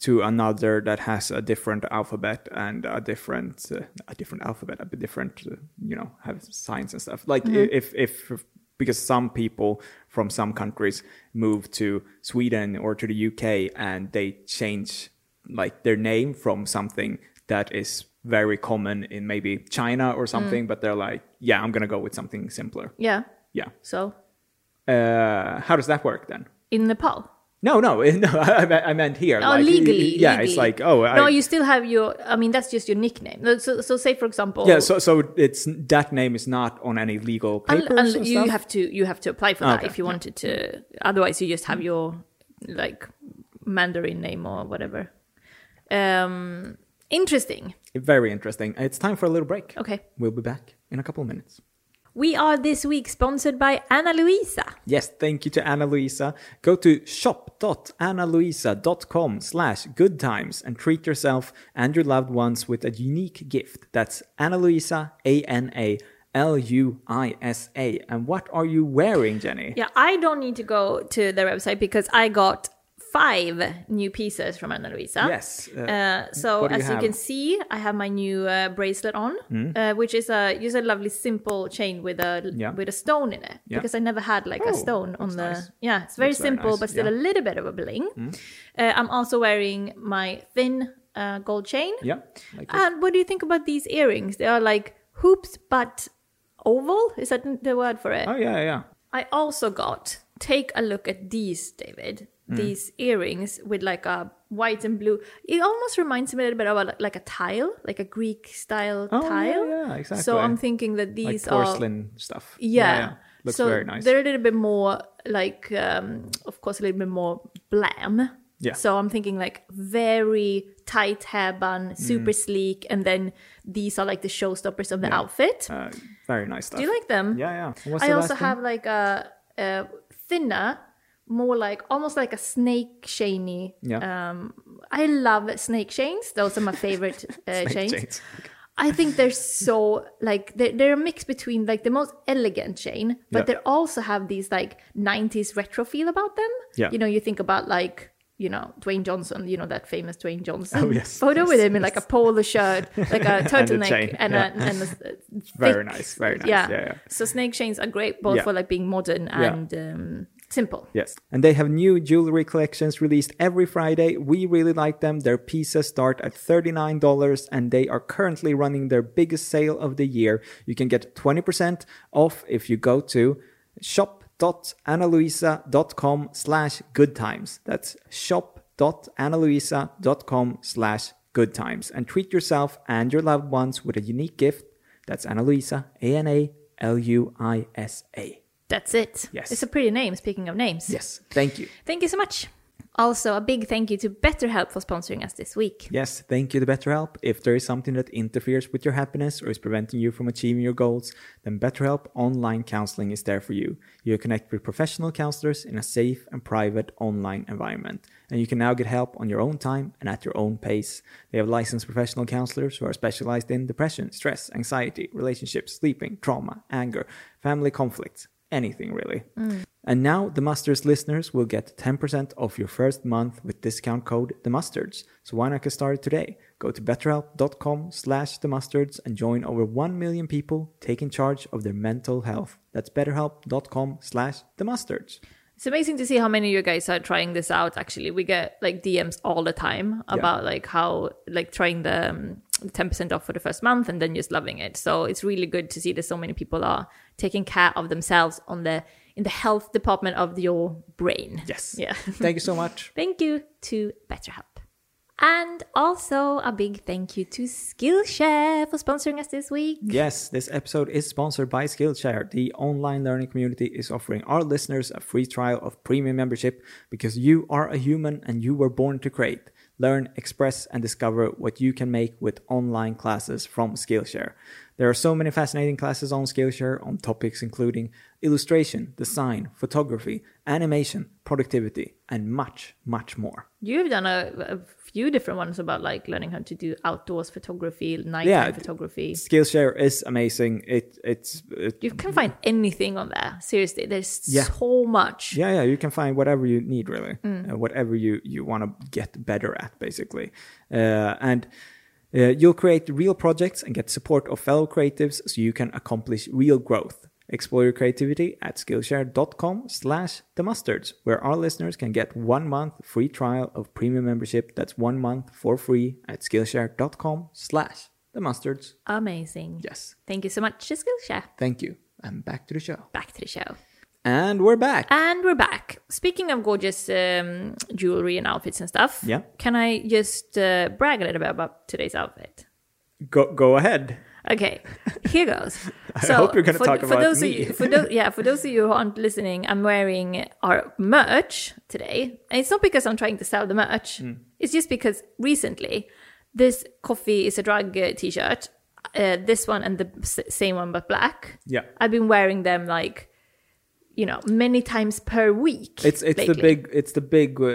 S1: to another that has a different alphabet and a different uh, a different alphabet, a bit different, uh, you know, have signs and stuff? Like i if if because some people from some countries move to Sweden or to the UK and they change like their name from something that is very common in maybe China or something, but they're like, yeah, I'm gonna go with something simpler.
S2: Yeah.
S1: Yeah
S2: So
S1: uh, how does that work then?
S2: in Nepal.
S1: No, no, no. I, meant- I meant here.
S2: Oh,
S1: like,
S2: legally.
S1: Yeah,
S2: legally.
S1: it's like oh, I,
S2: no, you still have your. I mean, that's just your nickname. No, So, so say for example,
S1: yeah. So, so it's that name is not on any legal
S2: un-
S1: papers.
S2: un-
S1: and
S2: you
S1: stuff? Ah,
S2: have to you have to apply for that
S1: Okay,
S2: if you
S1: yeah.
S2: wanted to. Otherwise, you just have your like Mandarin name or whatever. Um, interesting.
S1: Very interesting. It's time for a little break.
S2: Okay.
S1: We'll be back in a couple of minutes.
S2: We are this week sponsored by Ana Luisa.
S1: Yes, thank you to Anna Luisa. Go to shop.analuisa.com slash good times and treat yourself and your loved ones with a unique gift. That's Anna Luisa, A-N-A-L-U-I-S-A. And what are you wearing, Jenny?
S2: Yeah, I don't need to go to their website because I got five new pieces from Ana Luisa.
S1: Yes. uh,
S2: Uh, so
S1: What do you
S2: as you
S1: have? Hmm.
S2: can see, I have my new uh, bracelet on, uh, which is a just a lovely simple chain with a
S1: Yeah.
S2: with a stone in it
S1: Yeah.
S2: because I never had like a
S1: Oh,
S2: stone on
S1: looks
S2: the
S1: nice.
S2: yeah. It's very
S1: Looks very
S2: simple
S1: nice,
S2: but still
S1: yeah. Hmm.
S2: a little bit of a bling. Uh, I'm also wearing my thin uh, gold chain.
S1: Yeah. Like it.
S2: And what do you think about these earrings? They are like hoops but oval. Is that the word for it?
S1: oh yeah, yeah.
S2: I also got take a look at these, David. These earrings with like a white and blue. It almost reminds me a little bit of a, like a tile, like a Greek style
S1: Oh, yeah,
S2: tile.
S1: yeah, exactly.
S2: So I'm thinking that
S1: Like
S2: these are
S1: porcelain stuff.
S2: yeah.
S1: Looks
S2: so
S1: very nice.
S2: They're a little bit more like um of course a little bit more blam.
S1: Yeah.
S2: So I'm thinking like very tight
S1: Mm.
S2: hairband, super sleek, and then these are like the showstoppers of the outfit.
S1: Uh, very nice stuff.
S2: Do you like them?
S1: Yeah, yeah. And What's
S2: I
S1: the
S2: also
S1: last thing?
S2: have like a, a thinner, more like almost like a snake chainy.
S1: Yeah.
S2: Um, I love snake chains. Those are my favorite uh,
S1: Snake
S2: chains.
S1: chains.
S2: I think they're so like they're, they're a mix between like the most elegant chain, but
S1: Yeah.
S2: they also have these like 90s retro feel about them.
S1: Yeah.
S2: You know, you think about like you know Dwayne Johnson, you know that famous Dwayne Johnson
S1: Oh, yes,
S2: photo
S1: yes,
S2: with him in like a polo shirt, like a
S1: And a
S2: turtleneck,
S1: chain,
S2: and,
S1: yeah.
S2: a, and a s- uh,
S1: Very
S2: thick-
S1: nice, very nice. Yeah, yeah.
S2: So snake chains are great both
S1: Yeah.
S2: for like being modern
S1: Yeah.
S2: and um, simple.
S1: Yes. And they have new jewelry collections released every Friday. We really like them. Their pieces start at $39 and they are currently running their biggest sale of the year. You can get 20% off if you go to shop.analuisa.com slash good times. That's shop.analuisa.com slash good times. And treat yourself and your loved ones with a unique gift. That's Analuisa, A-N-A-L-U-I-S-A.
S2: That's it.
S1: Yes.
S2: It's a pretty name. Speaking of names,
S1: Yes. Thank you.
S2: Thank you so much. Also, a big thank you to BetterHelp for sponsoring us this week.
S1: Yes, thank you to BetterHelp. If there is something that interferes with your happiness or is preventing you from achieving your goals, then BetterHelp Online Counseling is there for you. You connect with professional counselors in a safe and private online environment. And you can now get help on your own time and at your own pace. They have licensed professional counselors who are specialized in depression, stress, anxiety, relationships, sleeping, trauma, anger, family conflicts, anything really. And now the Mustards listeners will get 10% off your first month with discount code the Mustards. So why not get started today? Go to betterhelp.com slash the Mustards and join over 1 million people taking charge of their mental health. That's betterhelp.com slash the Mustards.
S2: It's amazing to see how many of you guys are trying this out. Actually, we get like DMs all the time about like how like trying the um, 10% off for the first month and then just loving it. So it's really good to see that so many people are taking care of themselves on the in the health department of your brain.
S1: Yes.
S2: Yeah.
S1: Thank you so much.
S2: Thank you to BetterHelp. And also a big thank you to Skillshare for sponsoring us this week.
S1: Yes, this episode is sponsored by Skillshare. The online learning community is offering our listeners a free trial of premium membership because you are a human and you were born to create. Learn, express, and discover what you can make with online classes from Skillshare. There are so many fascinating classes on Skillshare on topics including illustration, design, photography, animation, productivity, and much, much more.
S2: You've done a, a few different ones about like learning how to do outdoors photography, nighttime
S1: Yeah, d-
S2: photography.
S1: Skillshare is amazing. It it's it,
S2: You can find anything on there. Seriously, there's
S1: Yeah.
S2: so much.
S1: yeah yeah you can find whatever you need really uh, whatever you you want to get better at basically uh, and uh, you'll create real projects and get support of fellow creatives so you can accomplish real growth explore your creativity at skillshare.com slash the mustards where our listeners can get one month free trial of premium membership that's one month for free at skillshare.com slash the mustards
S2: Amazing.
S1: yes
S2: Thank you so much to Skillshare.
S1: thank you and back to the show
S2: Back to the show.
S1: and we're back
S2: And we're back. Speaking of gorgeous um, jewelry and outfits and stuff,
S1: Yeah.
S2: can I just uh, brag a little bit about today's outfit?
S1: go go ahead
S2: Okay, here goes.
S1: I hope you're gonna
S2: for,
S1: talk
S2: for
S1: about
S2: those
S1: me.
S2: Of you, for those, yeah, for those of you who aren't listening, I'm wearing our merch today, and it's not because I'm trying to sell the merch.
S1: Mm.
S2: It's just because recently, this coffee is a drug uh, t-shirt. Uh, this one and the s- same one but black.
S1: Yeah.
S2: I've been wearing them like, you know, many times per week.
S1: It's it's the
S2: lately.
S1: big it's the big uh,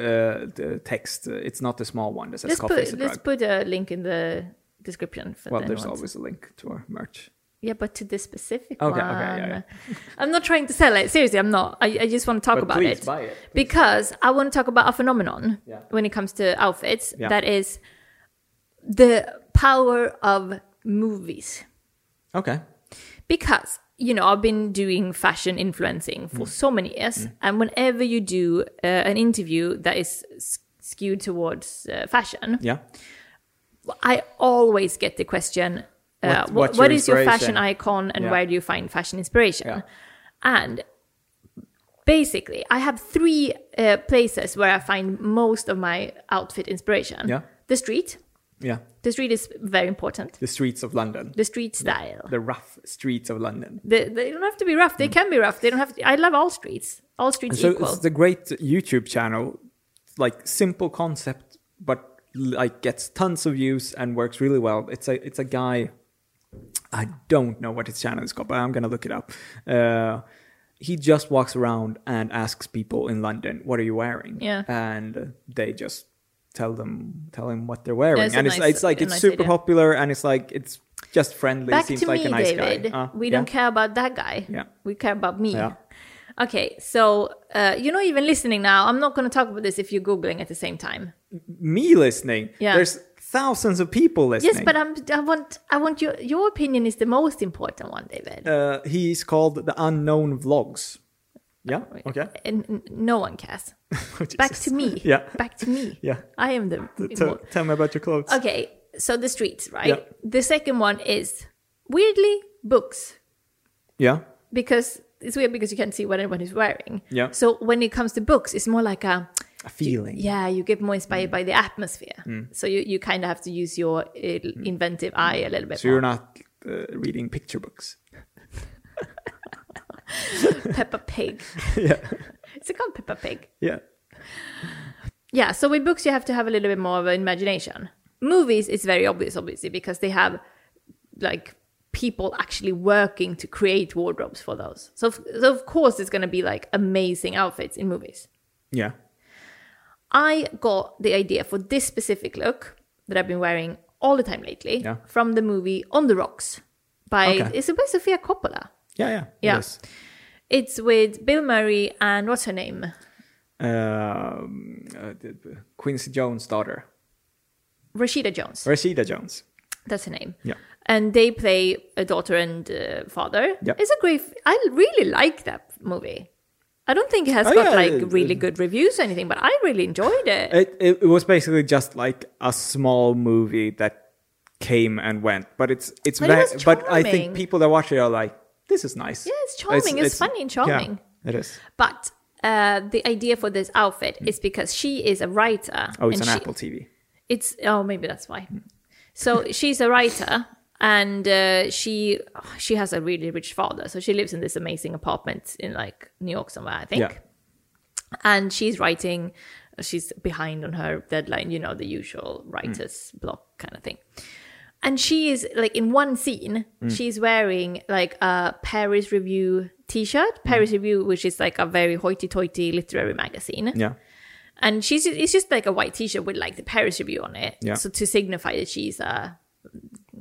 S1: the text. It's not the small one that says
S2: Let's
S1: coffee is
S2: put
S1: a
S2: let's
S1: drug.
S2: put a link in the description for
S1: Well, there's
S2: anyone.
S1: always a link to our merch.
S2: Yeah, but to this specific
S1: Okay, okay,
S2: one.
S1: yeah,
S2: I'm not trying to sell it. Seriously, I'm not. I, I just want to talk
S1: But
S2: about
S1: please
S2: it.
S1: buy it.
S2: Because I want to talk about a phenomenon
S1: Yeah.
S2: when it comes to outfits
S1: Yeah.
S2: that is the power of movies.
S1: Okay.
S2: Because, you know, I've been doing fashion influencing
S1: Mm.
S2: for so many years. And whenever you do uh, an interview that is s- skewed towards uh, fashion,
S1: Yeah.
S2: I always get the question, uh,
S1: What-
S2: wh-
S1: what's
S2: what
S1: your
S2: is your
S1: inspiration?
S2: fashion icon and
S1: Yeah.
S2: where do you find fashion inspiration?
S1: Yeah.
S2: And basically, I have three uh, places where I find most of my outfit inspiration.
S1: Yeah.
S2: The street.
S1: Yeah.
S2: The street is very important.
S1: The streets of London.
S2: The street style.
S1: The rough streets of London.
S2: They, they don't have to be rough. They can be rough. They don't have to. I love all streets. All streets
S1: So
S2: equal.
S1: it's the great YouTube channel, like simple concept, but like gets tons of views and works really well. It's a it's a guy. I don't know what his channel is called, but I'm gonna look it up. Uh, he just walks around and asks people in London, "What are you wearing?"
S2: Yeah.
S1: and they just tell them tell him what they're wearing,
S2: it's a
S1: and it's
S2: nice-
S1: it's like
S2: a
S1: it's
S2: nice
S1: super
S2: idea.
S1: popular, and it's like it's just friendly.
S2: Back
S1: Seems
S2: to
S1: like
S2: me,
S1: a nice
S2: David.
S1: guy. Uh,
S2: we
S1: yeah.
S2: don't care about that guy.
S1: Yeah.
S2: We care about me.
S1: Yeah.
S2: Okay, so uh, you're not even listening now. I'm not going to talk about this if you're Googling at the same time.
S1: me listening.
S2: Yeah.
S1: There's thousands of people listening.
S2: Yes, but I'm, I want I want your your opinion is the most important one, David.
S1: uh, he's called the unknown vlogs yeah Uh, okay
S2: And n- no one cares.
S1: Oh,
S2: Back
S1: Jesus.
S2: to me.
S1: yeah
S2: Back to me.
S1: yeah
S2: I am the.
S1: T- tell- tell me about your clothes
S2: okay, so the streets, right?
S1: Yeah.
S2: The second one is weirdly books.
S1: yeah
S2: because it's weird because you can't see what anyone is wearing.
S1: Yeah.
S2: So when it comes to books, it's more like a
S1: a feeling
S2: yeah, you get more inspired
S1: Mm.
S2: by the atmosphere. So you, you kind of have to use your uh, inventive eye a little bit.
S1: Mm. so
S2: more.
S1: you're not uh, reading picture books
S2: Peppa Pig.
S1: yeah
S2: Is it called Peppa Pig?
S1: yeah
S2: Yeah, so with books you have to have a little bit more of an imagination. Movies it's very obvious, obviously, because they have like people actually working to create wardrobes for those. So, f- so of course, it's going to be like amazing outfits in movies.
S1: Yeah.
S2: I got the idea for this specific look that I've been wearing all the time lately
S1: Yeah.
S2: from the movie On the Rocks by
S1: Okay.
S2: it's by Sofia Coppola.
S1: Yeah, yeah.
S2: Yeah.
S1: Yes.
S2: It's with Bill Murray and what's her name?
S1: Um, uh, the- the- Quincy Jones' daughter,
S2: Rashida Jones.
S1: Rashida Jones.
S2: That's her name.
S1: Yeah.
S2: And they play a daughter and uh, father.
S1: Yeah.
S2: It's a great. I really like that movie. I don't think it has
S1: Oh,
S2: got
S1: yeah,
S2: like
S1: it-
S2: really good reviews or anything, but I really enjoyed it.
S1: It, it it was basically just like a small movie that came and went, but it's it's
S2: But it
S1: ve-
S2: was
S1: but I think
S2: charming.
S1: people that watch it are like, this is nice. Yeah,
S2: it's charming. It's funny and charming.
S1: it is.
S2: But uh, the idea for this outfit is because she is a writer.
S1: Oh, it's
S2: and
S1: an
S2: she-
S1: Apple TV.
S2: It's oh, maybe that's why. So she's a writer, and uh, she she has a really rich father. So she lives in this amazing apartment in like New York somewhere, I think.
S1: Yeah,
S2: and she's writing she's behind on her deadline you know the usual writer's block kind of thing and she is like in one scene she's wearing like a paris review t-shirt paris review which is like a very hoity-toity literary magazine
S1: yeah,
S2: and she's it's just like a white t-shirt with like the paris review on it
S1: Yeah.
S2: so to signify that she's a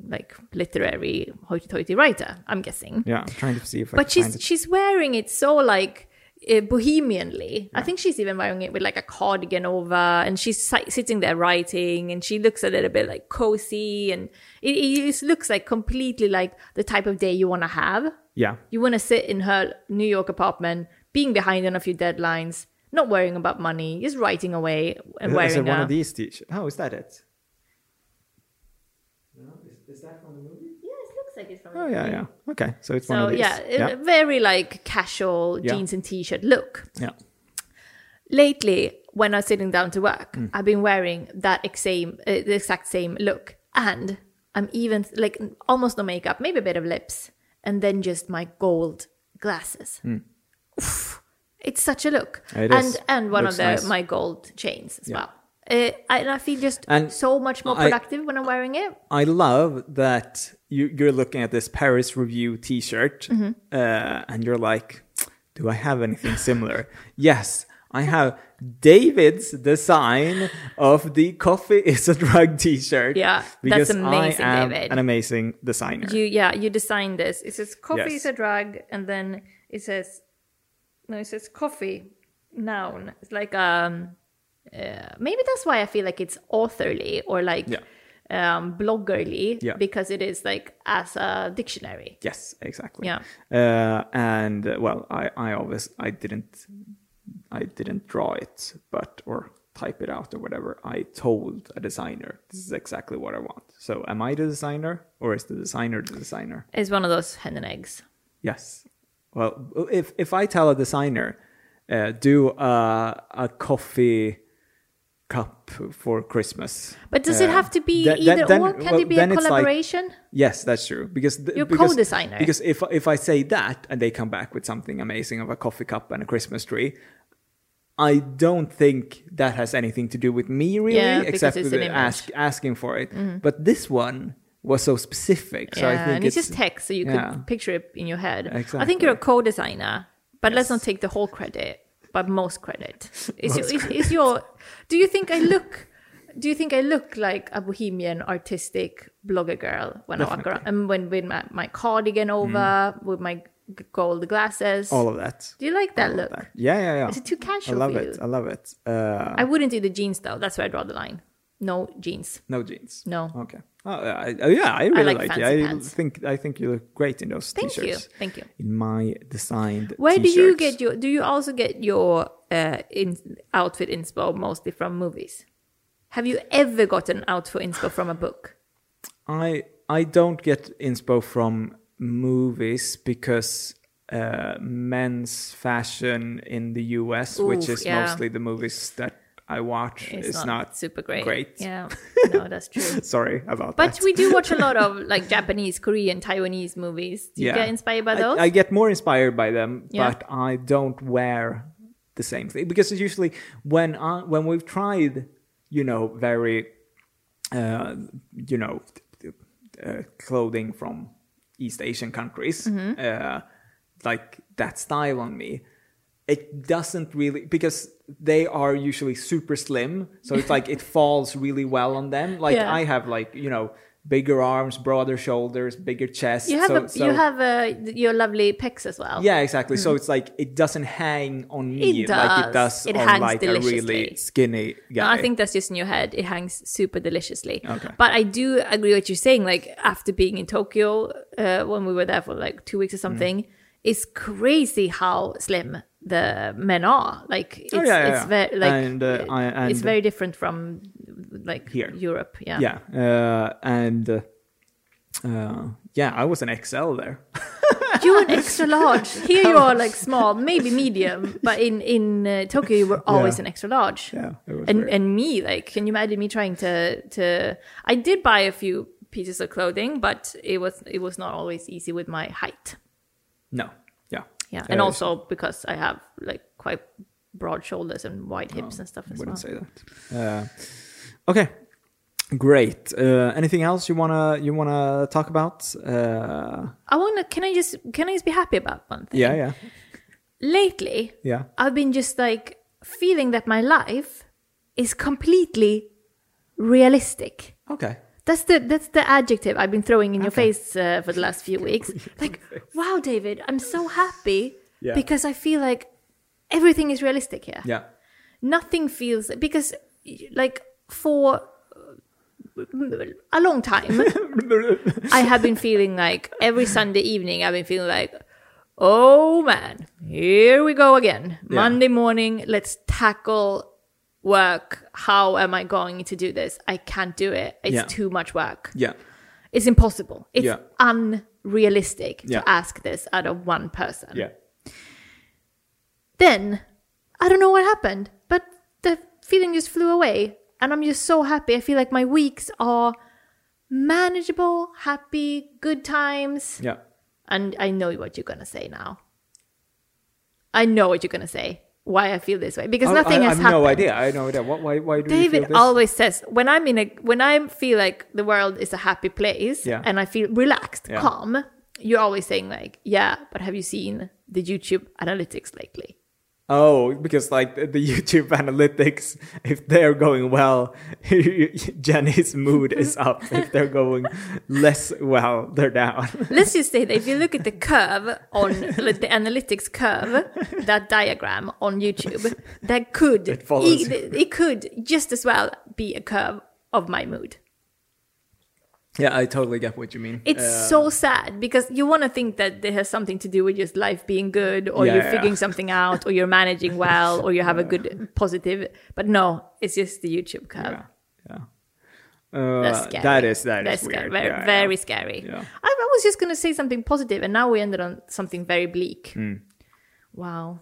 S2: like literary hoity-toity writer i'm guessing
S1: yeah. I'm trying to see if I
S2: but
S1: can find
S2: she's
S1: it.
S2: she's wearing it so like uh, bohemianly. I think she's even wearing it with like a cardigan over, and she's si- sitting there writing, and she looks a little bit like cozy, and it, it just looks like completely like the type of day you want to have.
S1: Yeah,
S2: You want to sit in her New York apartment, being behind on a few deadlines, not worrying about money, just writing away and
S1: Is-
S2: wearing
S1: is it one
S2: a-
S1: of these t-shirts? Oh, is that it? No, is, is that from the movie?
S2: Yeah, it looks like it's from.
S1: Oh yeah, yeah. Okay, so it's one
S2: So
S1: of these.
S2: yeah, a-
S1: yeah,
S2: very like casual
S1: Yeah.
S2: jeans and t-shirt look.
S1: yeah.
S2: lately when i'm sitting down to work
S1: Mm.
S2: i've been wearing that ex- same uh, the exact same look and i'm even like almost no makeup maybe a bit of lips and then just my gold glasses Oof, it's such a look
S1: Hmm. It
S2: and
S1: is.
S2: and one
S1: Looks
S2: of the
S1: nice.
S2: my gold chains as
S1: Yeah.
S2: well uh, I- and i feel just
S1: And
S2: so much more
S1: I-
S2: productive when i'm wearing it
S1: I love that you, you're looking at this Paris Review T-shirt,
S2: Mm-hmm.
S1: uh, and you're like, "Do I have anything similar?" yes, I have David's design of the "Coffee is a Drug" T-shirt.
S2: Yeah, that's
S1: because
S2: amazing,
S1: I am
S2: David.
S1: an amazing designer.
S2: you yeah you designed this it says coffee
S1: Yes.
S2: is a drug and then it says no it says coffee noun it's like um uh, maybe that's why i feel like it's authorly or like
S1: Yeah.
S2: um bloggerly
S1: Yeah.
S2: because it is like as a dictionary
S1: yes, exactly.
S2: Yeah.
S1: Uh, and uh, well, I I always I didn't I didn't draw it, but or type it out or whatever. I told a designer this is exactly what I want. So am I the designer or is the designer the designer?
S2: it's one of those hen and eggs
S1: Yes. Well, if if I tell a designer, uh, do a a coffee cup for Christmas.
S2: but does it
S1: uh,
S2: have to be
S1: that- that-
S2: either
S1: then-
S2: or can
S1: well,
S2: it be a
S1: then it's like-
S2: collaboration
S1: Yes, that's true. Because th-
S2: You're
S1: because,
S2: co-designer.
S1: Because if if I say that and they come back with something amazing of a coffee cup and a Christmas tree, I don't think that has anything to do with me really,
S2: Yeah, because
S1: except
S2: it's
S1: the
S2: an image. Mm-hmm.
S1: ask, asking for it. But this one was so specific, so I
S2: yeah,
S1: think
S2: and it's, just text so you
S1: yeah.
S2: could picture it in your head i think
S1: Exactly.
S2: you're a co-designer but let's
S1: Yes.
S2: not take the whole credit but most credit is your, is, is your do you think i look do you think i look like a bohemian artistic blogger girl when i walk around
S1: Definitely. Mm.
S2: and when with my, my cardigan over with my g- gold glasses
S1: all of that.
S2: do you like that
S1: All of
S2: look
S1: Oh, that. Yeah, yeah, yeah.
S2: is it too
S1: I
S2: casual
S1: love
S2: for
S1: it.
S2: you
S1: I love it. Uh,
S2: i wouldn't do the jeans though that's where i draw the line no jeans
S1: no jeans.
S2: No.
S1: Okay. Oh, I, I- yeah, I really
S2: like
S1: like, it.
S2: fancy
S1: I
S2: pants.
S1: think I think you look great in those
S2: thank you
S1: t-shirts.
S2: thank you
S1: In my designed.
S2: Where do you
S1: t-shirts.
S2: get your? Do you also get your uh, in, outfit inspo mostly from movies? Have you ever gotten outfit inspo from a book?
S1: I I don't get inspo from movies because uh, men's fashion in the US, which
S2: Oof,
S1: is
S2: yeah.
S1: mostly the movies that I watch, is not,
S2: super great.
S1: great.
S2: Yeah, no, that's true.
S1: Sorry about
S2: But
S1: that.
S2: we do watch a lot of like Japanese, Korean, Taiwanese movies. Do you
S1: Yeah.
S2: get inspired by
S1: I-
S2: those?
S1: I, get more inspired by them,
S2: Yeah.
S1: but I don't wear the same thing because it's usually when I, when we've tried, you know, very, uh, you know, uh, clothing from East Asian countries,
S2: Mm-hmm.
S1: uh, like that style on me. It doesn't really because they are usually super slim, so it's like it falls really well on them. Like
S2: Yeah.
S1: I have like you know bigger arms, broader shoulders, bigger chest.
S2: You have
S1: so,
S2: a,
S1: so-
S2: you have uh your lovely pecs as well.
S1: yeah, exactly. So it's like it doesn't hang on me
S2: It
S1: like it
S2: does.
S1: does
S2: It
S1: on
S2: hangs
S1: like a really
S2: deliciously.
S1: skinny
S2: No,
S1: guy.
S2: I think that's just in your head. It hangs super deliciously.
S1: Okay.
S2: But I do agree what you're saying. Like after being in Tokyo, uh, when we were there for like two weeks or something, it's crazy how slim the men are. Like it's,
S1: Oh, yeah, yeah,
S2: it's
S1: yeah.
S2: very like
S1: And, uh, I- and-
S2: it's very different from like
S1: Here.
S2: Europe. Yeah.
S1: yeah, uh, and uh, uh, yeah, I was an XL there.
S2: you were an extra large. Here you are like small, maybe medium, but in in uh, Tokyo you were always
S1: Yeah.
S2: an extra large.
S1: Yeah, it was
S2: and
S1: weird.
S2: and me like, can you imagine me trying to to? I did buy a few pieces of clothing, but it was it was not always easy with my height.
S1: No, yeah,
S2: Yeah, and
S1: Uh,
S2: also because I have like quite broad shoulders and wide hips and stuff as well.
S1: Oh, wouldn't say that. Uh, okay, great. Uh, anything else you wanna you wanna talk about? Uh,
S2: I wanna. Can I just can I just be happy about one thing?
S1: yeah, yeah,
S2: Lately,
S1: yeah.
S2: I've been just like feeling that my life is completely realistic.
S1: Okay.
S2: That's the that's the adjective I've been throwing in your
S1: Okay.
S2: face uh, for the last few weeks. Like, wow, David, I'm so happy
S1: Yeah.
S2: because I feel like everything is realistic here.
S1: Yeah.
S2: Nothing feels because like for a long time I have been feeling like every Sunday evening, I've been feeling like, oh man, here we go again.
S1: Yeah.
S2: Monday morning, let's tackle work. How am I going to do this? I can't do it. It's
S1: Yeah.
S2: too much work.
S1: Yeah.
S2: It's impossible. It's
S1: Yeah.
S2: unrealistic
S1: Yeah.
S2: to ask this out of one person.
S1: Yeah.
S2: Then I don't know what happened, but the feeling just flew away. And I'm just so happy. I feel like my weeks are manageable, happy, good times.
S1: Yeah.
S2: And I know what you're gonna say now. I know what you're gonna say. Why I feel this way because
S1: I-
S2: nothing
S1: I,
S2: has
S1: I have
S2: happened.
S1: no idea. I have no idea. What? Why? Why do you feel
S2: David
S1: this?
S2: always says when I'm in a when I feel like the world is a happy place
S1: Yeah.
S2: and I feel relaxed,
S1: Yeah.
S2: calm. You're always saying like, yeah, but have you seen the YouTube analytics lately?
S1: Oh, because like the the YouTube analytics, if they're going well, Jenny's mood is up. If they're going less well, they're down.
S2: Let's just say that if you look at the curve on like, the analytics curve, that diagram on YouTube, that could
S1: It follows
S2: it, it could just as well be a curve of my mood.
S1: Yeah, I totally get what you mean.
S2: It's
S1: Uh,
S2: so sad because you want to think that it has something to do with just life being good or
S1: Yeah,
S2: you're
S1: yeah.
S2: figuring something out or you're managing well or you have a good positive. But no, it's just the YouTube curve.
S1: yeah. yeah. Uh,
S2: That's scary.
S1: That is that
S2: That's
S1: is
S2: scary.
S1: weird.
S2: Very,
S1: Yeah, yeah.
S2: very scary.
S1: Yeah.
S2: I, I was just going to say something positive and now we ended on something very bleak.
S1: Hmm.
S2: Wow.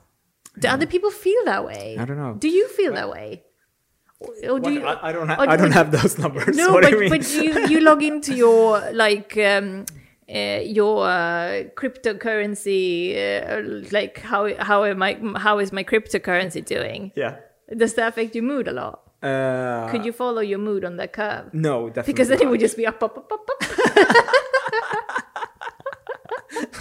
S2: Do other people feel that way?
S1: I don't know.
S2: Do you feel that way? Or, or do
S1: What?
S2: you,
S1: I, I don't.
S2: or
S1: Ha- I
S2: would
S1: don't have those numbers.
S2: no,
S1: what
S2: but,
S1: do you mean?
S2: but you, you log into your like um, uh, your uh, cryptocurrency, uh, like how how am I how is my cryptocurrency doing?
S1: yeah.
S2: Does that affect your mood a lot?
S1: Uh,
S2: Could you follow your mood on that curve?
S1: No, definitely.
S2: Because then it
S1: not.
S2: would just be up, up, up, up, up.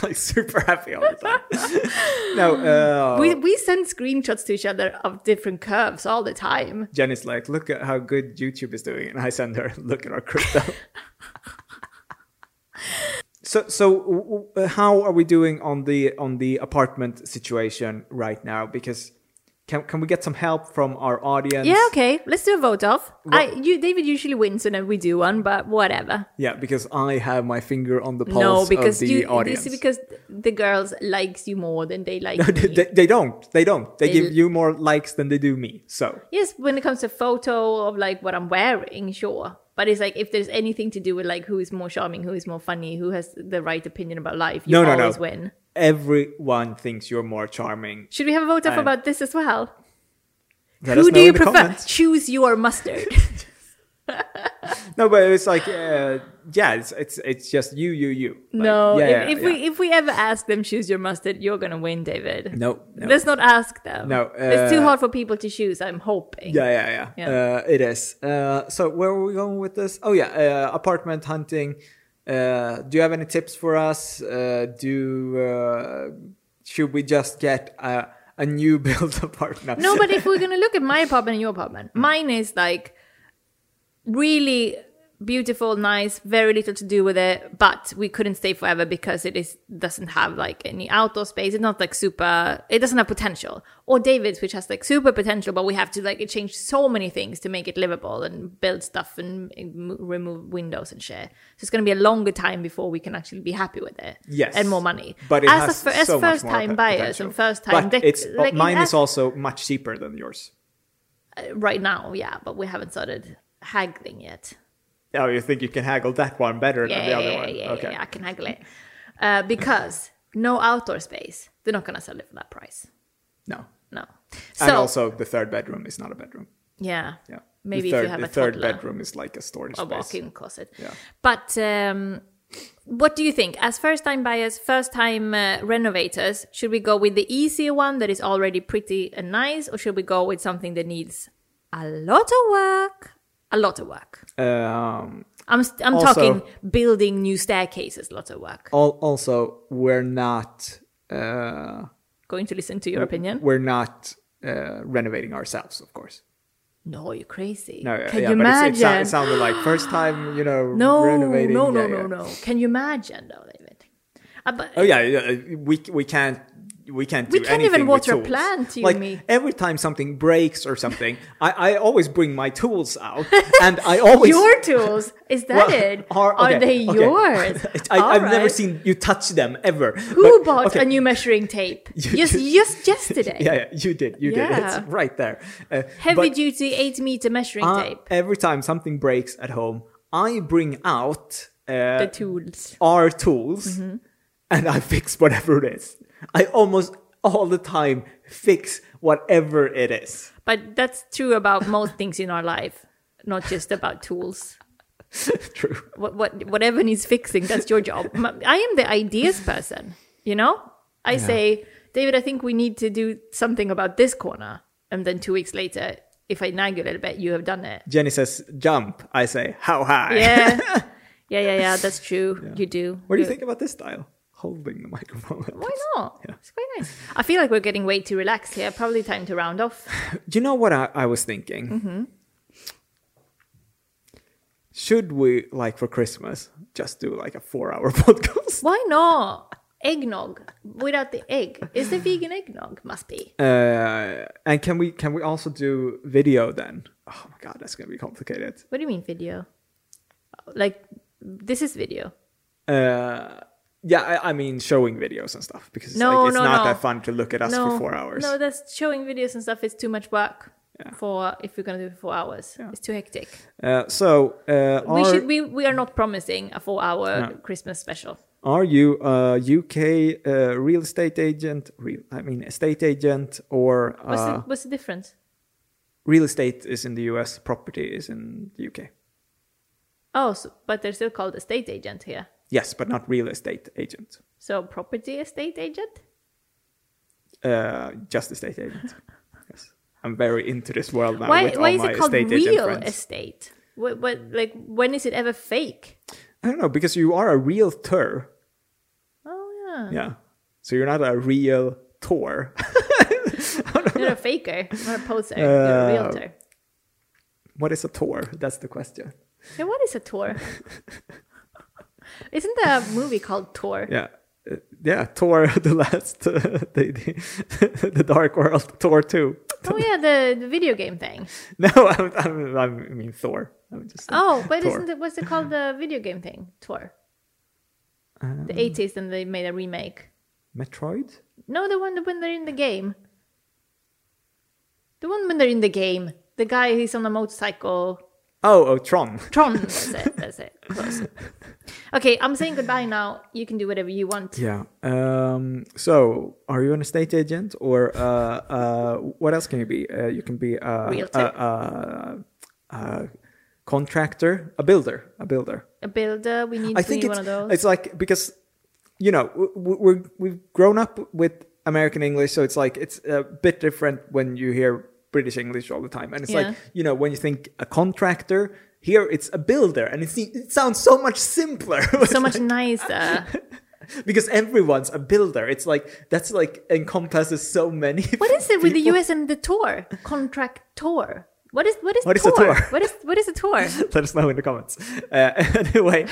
S1: like super happy all the time. no, uh,
S2: We, we send screenshots to each other of different curves all the time.
S1: Jenny's like, look at how good YouTube is doing, and I send her, look at our crypto. so, so w- w- uh, how are we doing on the on the apartment situation right now? Because can can we get some help from our audience?
S2: Yeah, okay. Let's do a vote off. I,
S1: What-
S2: you, David usually wins whenever we do one, but whatever.
S1: Yeah, because I have my finger on the pulse
S2: no, because
S1: of the
S2: you
S1: audience.
S2: this is because the girls likes you more than they like
S1: No, they,
S2: me.
S1: they they don't. They don't. They,
S2: They-
S1: give you more likes than they do me. So
S2: Yes, when it comes to photo of like what I'm wearing, sure. But it's like if there's anything to do with like who is more charming, who is more funny, who has the right opinion about life, you
S1: No, no, no.
S2: always win.
S1: everyone thinks you're more charming.
S2: Should we have a vote off
S1: And-
S2: about this as well?
S1: Let us
S2: who
S1: know
S2: do you
S1: in the
S2: prefer?
S1: comments.
S2: Choose your mustard.
S1: No, but it's like uh, yeah, it's it's it's just you, you, you. Like,
S2: no,
S1: yeah,
S2: if, if
S1: yeah,
S2: we if we ever ask them choose your mustard, you're gonna win, David.
S1: No, no.
S2: let's not ask them.
S1: No,
S2: it's too
S1: uh,
S2: hard for people to choose. I'm hoping.
S1: yeah, yeah, yeah.
S2: Yeah.
S1: Uh, it is. Uh, so where were we going with this? Oh yeah, uh, apartment hunting. Uh, do you have any tips for us? Uh, do uh, should we just get a, a new built apartment?
S2: No, but if we're gonna look at my apartment and your apartment,
S1: Mm.
S2: mine is like really beautiful, nice, very little to do with it. But we couldn't stay forever because it is doesn't have like any outdoor space. It's not like super. It doesn't have potential. Or David's, which has like super potential, but we have to like change so many things to make it livable and build stuff and m- remove windows and shit. So it's gonna be a longer time before we can actually be happy with it.
S1: Yes.
S2: and more money.
S1: But it
S2: as
S1: has
S2: a, fir- as
S1: so much
S2: first
S1: more
S2: time
S1: pot-
S2: buyers
S1: potential.
S2: and first time,
S1: But
S2: dec-
S1: it's
S2: like, it
S1: mine
S2: has-
S1: is also much cheaper than yours.
S2: right now, yeah, but we haven't started haggling yet.
S1: Oh, you think you can haggle that one better
S2: Yeah,
S1: than the
S2: yeah,
S1: other
S2: yeah,
S1: one?
S2: yeah,
S1: okay.
S2: yeah, I can haggle it. Uh, because no outdoor space. They're not going to sell it for that price.
S1: No.
S2: No. So,
S1: And also, the third bedroom is not a bedroom.
S2: yeah.
S1: Yeah.
S2: Maybe
S1: the third,
S2: if you have
S1: the
S2: a
S1: third
S2: toddler,
S1: bedroom is like a storage
S2: a
S1: space.
S2: walk-in closet.
S1: Yeah.
S2: But um, what do you think? As first-time buyers, first-time uh, renovators, should we go with the easier one that is already pretty and nice, or should we go with something that needs a lot of work? A lot of work.
S1: Um,
S2: I'm st- I'm
S1: Also-
S2: talking building new staircases, lots of work.
S1: al- also, we're not uh,
S2: Going to listen to your opinion?
S1: we're not uh, renovating ourselves, of course.
S2: No, you're crazy.
S1: No, yeah,
S2: Can
S1: yeah,
S2: you
S1: but
S2: imagine?
S1: It's, it, sou- it sounded like first time, you know,
S2: no,
S1: renovating.
S2: no, no,
S1: yeah,
S2: no,
S1: yeah.
S2: no. Can you imagine, though, David? Uh, but
S1: Oh yeah, yeah, we we can't we can't
S2: We
S1: do
S2: can't
S1: anything
S2: even
S1: with
S2: water a
S1: tools.
S2: plant, you
S1: like
S2: mean.
S1: every time something breaks or something, I, I always bring my tools out, and I always
S2: your tools is that
S1: Oh, Well,
S2: it?
S1: Are,
S2: Are
S1: okay,
S2: they
S1: okay.
S2: yours?
S1: I,
S2: All
S1: I've never
S2: right.
S1: seen you touch them ever.
S2: Who
S1: But-
S2: bought
S1: okay.
S2: a new measuring tape?
S1: You
S2: just,
S1: did.
S2: just yesterday.
S1: Yeah, yeah, you did. You did. It's
S2: Yeah.
S1: right there. Uh,
S2: Heavy
S1: but,
S2: duty eight meter measuring
S1: uh,
S2: tape.
S1: every time something breaks at home, I bring out uh,
S2: The Mm-hmm. tools.
S1: our tools and I fix whatever it is. I almost all the time fix whatever it is.
S2: But that's true about most things in our life, not just about tools.
S1: True.
S2: what, what whatever needs fixing that's your job M- i am the ideas person you know i say david i think we need to do something about this corner and then two weeks later if i nag you a little bit you have done it
S1: Jenny says jump. I say how high.
S2: yeah yeah yeah yeah that's true you do
S1: What do you
S2: You-
S1: think about this style? Holding the microphone. like
S2: why
S1: this.
S2: not
S1: Yeah.
S2: it's quite nice i feel like we're getting way too relaxed here probably time to round off
S1: Do you know what I, I was thinking?
S2: Mm-hmm.
S1: Should we, like, for Christmas, just do like a four hour podcast?
S2: why not eggnog without the egg is the vegan eggnog must be
S1: Uh, and can we can we also do video then? Oh my god, that's gonna be complicated.
S2: what do you mean video like this is video
S1: Uh, yeah, I, I mean showing videos and stuff because it's,
S2: No,
S1: like, it's
S2: no,
S1: not
S2: no.
S1: that fun to look at us for four hours.
S2: No, that's showing videos and stuff is too much work
S1: Yeah.
S2: for if you're gonna do it for four hours.
S1: Yeah.
S2: It's too hectic.
S1: Uh, so uh,
S2: we
S1: are,
S2: should we we are not promising a four hour
S1: No.
S2: Christmas special.
S1: are you a UK uh, real estate agent? Real, I mean, estate agent or uh,
S2: What's the, what's the difference?
S1: real estate is in the US, property is in the UK.
S2: Oh, so, but they're still called estate agent here.
S1: Yes, but not real estate agent.
S2: So property estate agent.
S1: Uh, just estate agent. yes, I'm very into this world now.
S2: why
S1: Uh, with
S2: why
S1: all
S2: is
S1: my
S2: it called
S1: estate agent
S2: real
S1: friends.
S2: estate? What, what like when is it ever fake?
S1: I don't know because you are a realtor.
S2: Oh yeah,
S1: Yeah, so you're not a real tour.
S2: you're a faker, you're a poser, you're a
S1: Uh,
S2: realtor.
S1: what is a tour? That's the question.
S2: Yeah, what is a tour? Isn't there a movie called Tour?
S1: Yeah. Uh, yeah, Tor the last uh, the, the the Dark World Tor two.
S2: Oh yeah, the, the video game thing.
S1: No, I'm, I'm, I'm, I mean Thor. I'm just
S2: Oh, but
S1: Tor.
S2: isn't it what's it called the video game thing? Tor.
S1: Um,
S2: the eighties and they made a remake.
S1: Metroid.
S2: No, the one that when they're in the game. The one when they're in the game. The guy he's on a motorcycle.
S1: Oh, oh, Tron.
S2: Tron, that's it, that's it. Close. Okay, I'm saying goodbye now. You can do whatever you want.
S1: Yeah. Um, so, are you an estate agent, or uh, uh, what else can you be? Uh, you can be a,
S2: Realtor.
S1: a, a, a contractor, a builder, a builder.
S2: A builder. Uh, We need,
S1: I
S2: we
S1: think
S2: need
S1: it's,
S2: one of those.
S1: it's like because you know w- w- we're we've grown up with American English, so it's like it's a bit different when you hear British English all the time, and it's
S2: Yeah.
S1: like you know when you think a contractor. Here it's a builder, and it, se- it sounds so much simpler.
S2: so much nicer.
S1: because everyone's a builder. It's like that's like encompasses so many.
S2: What is it with the
S1: people.
S2: US and the tour? Contract tour. What is what is
S1: What is a
S2: tour?
S1: tour?
S2: What is what is a tour?
S1: Let us know in the comments. Uh, anyway,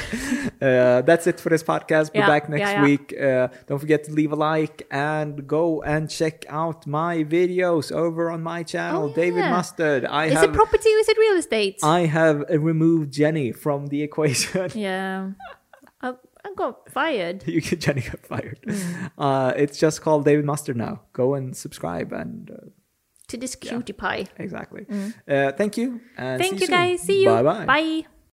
S1: uh, that's it for this podcast. We're
S2: Yeah,
S1: back next
S2: yeah, yeah.
S1: week. Uh, don't forget to leave a like and go and check out my videos over on my channel,
S2: Oh,
S1: David
S2: yeah.
S1: Mustard. I
S2: Is
S1: have
S2: it property or is it real estate?
S1: I have uh, removed Jenny from the equation.
S2: yeah. I, I got fired.
S1: you get Jenny got fired.
S2: Mm.
S1: Uh, it's just called David Mustard now. Go and subscribe and uh,
S2: to this cutie pie.
S1: exactly. Uh, thank you. And
S2: Mm. Thank
S1: see
S2: you
S1: soon.
S2: guys. See you.
S1: Bye bye.
S2: Bye.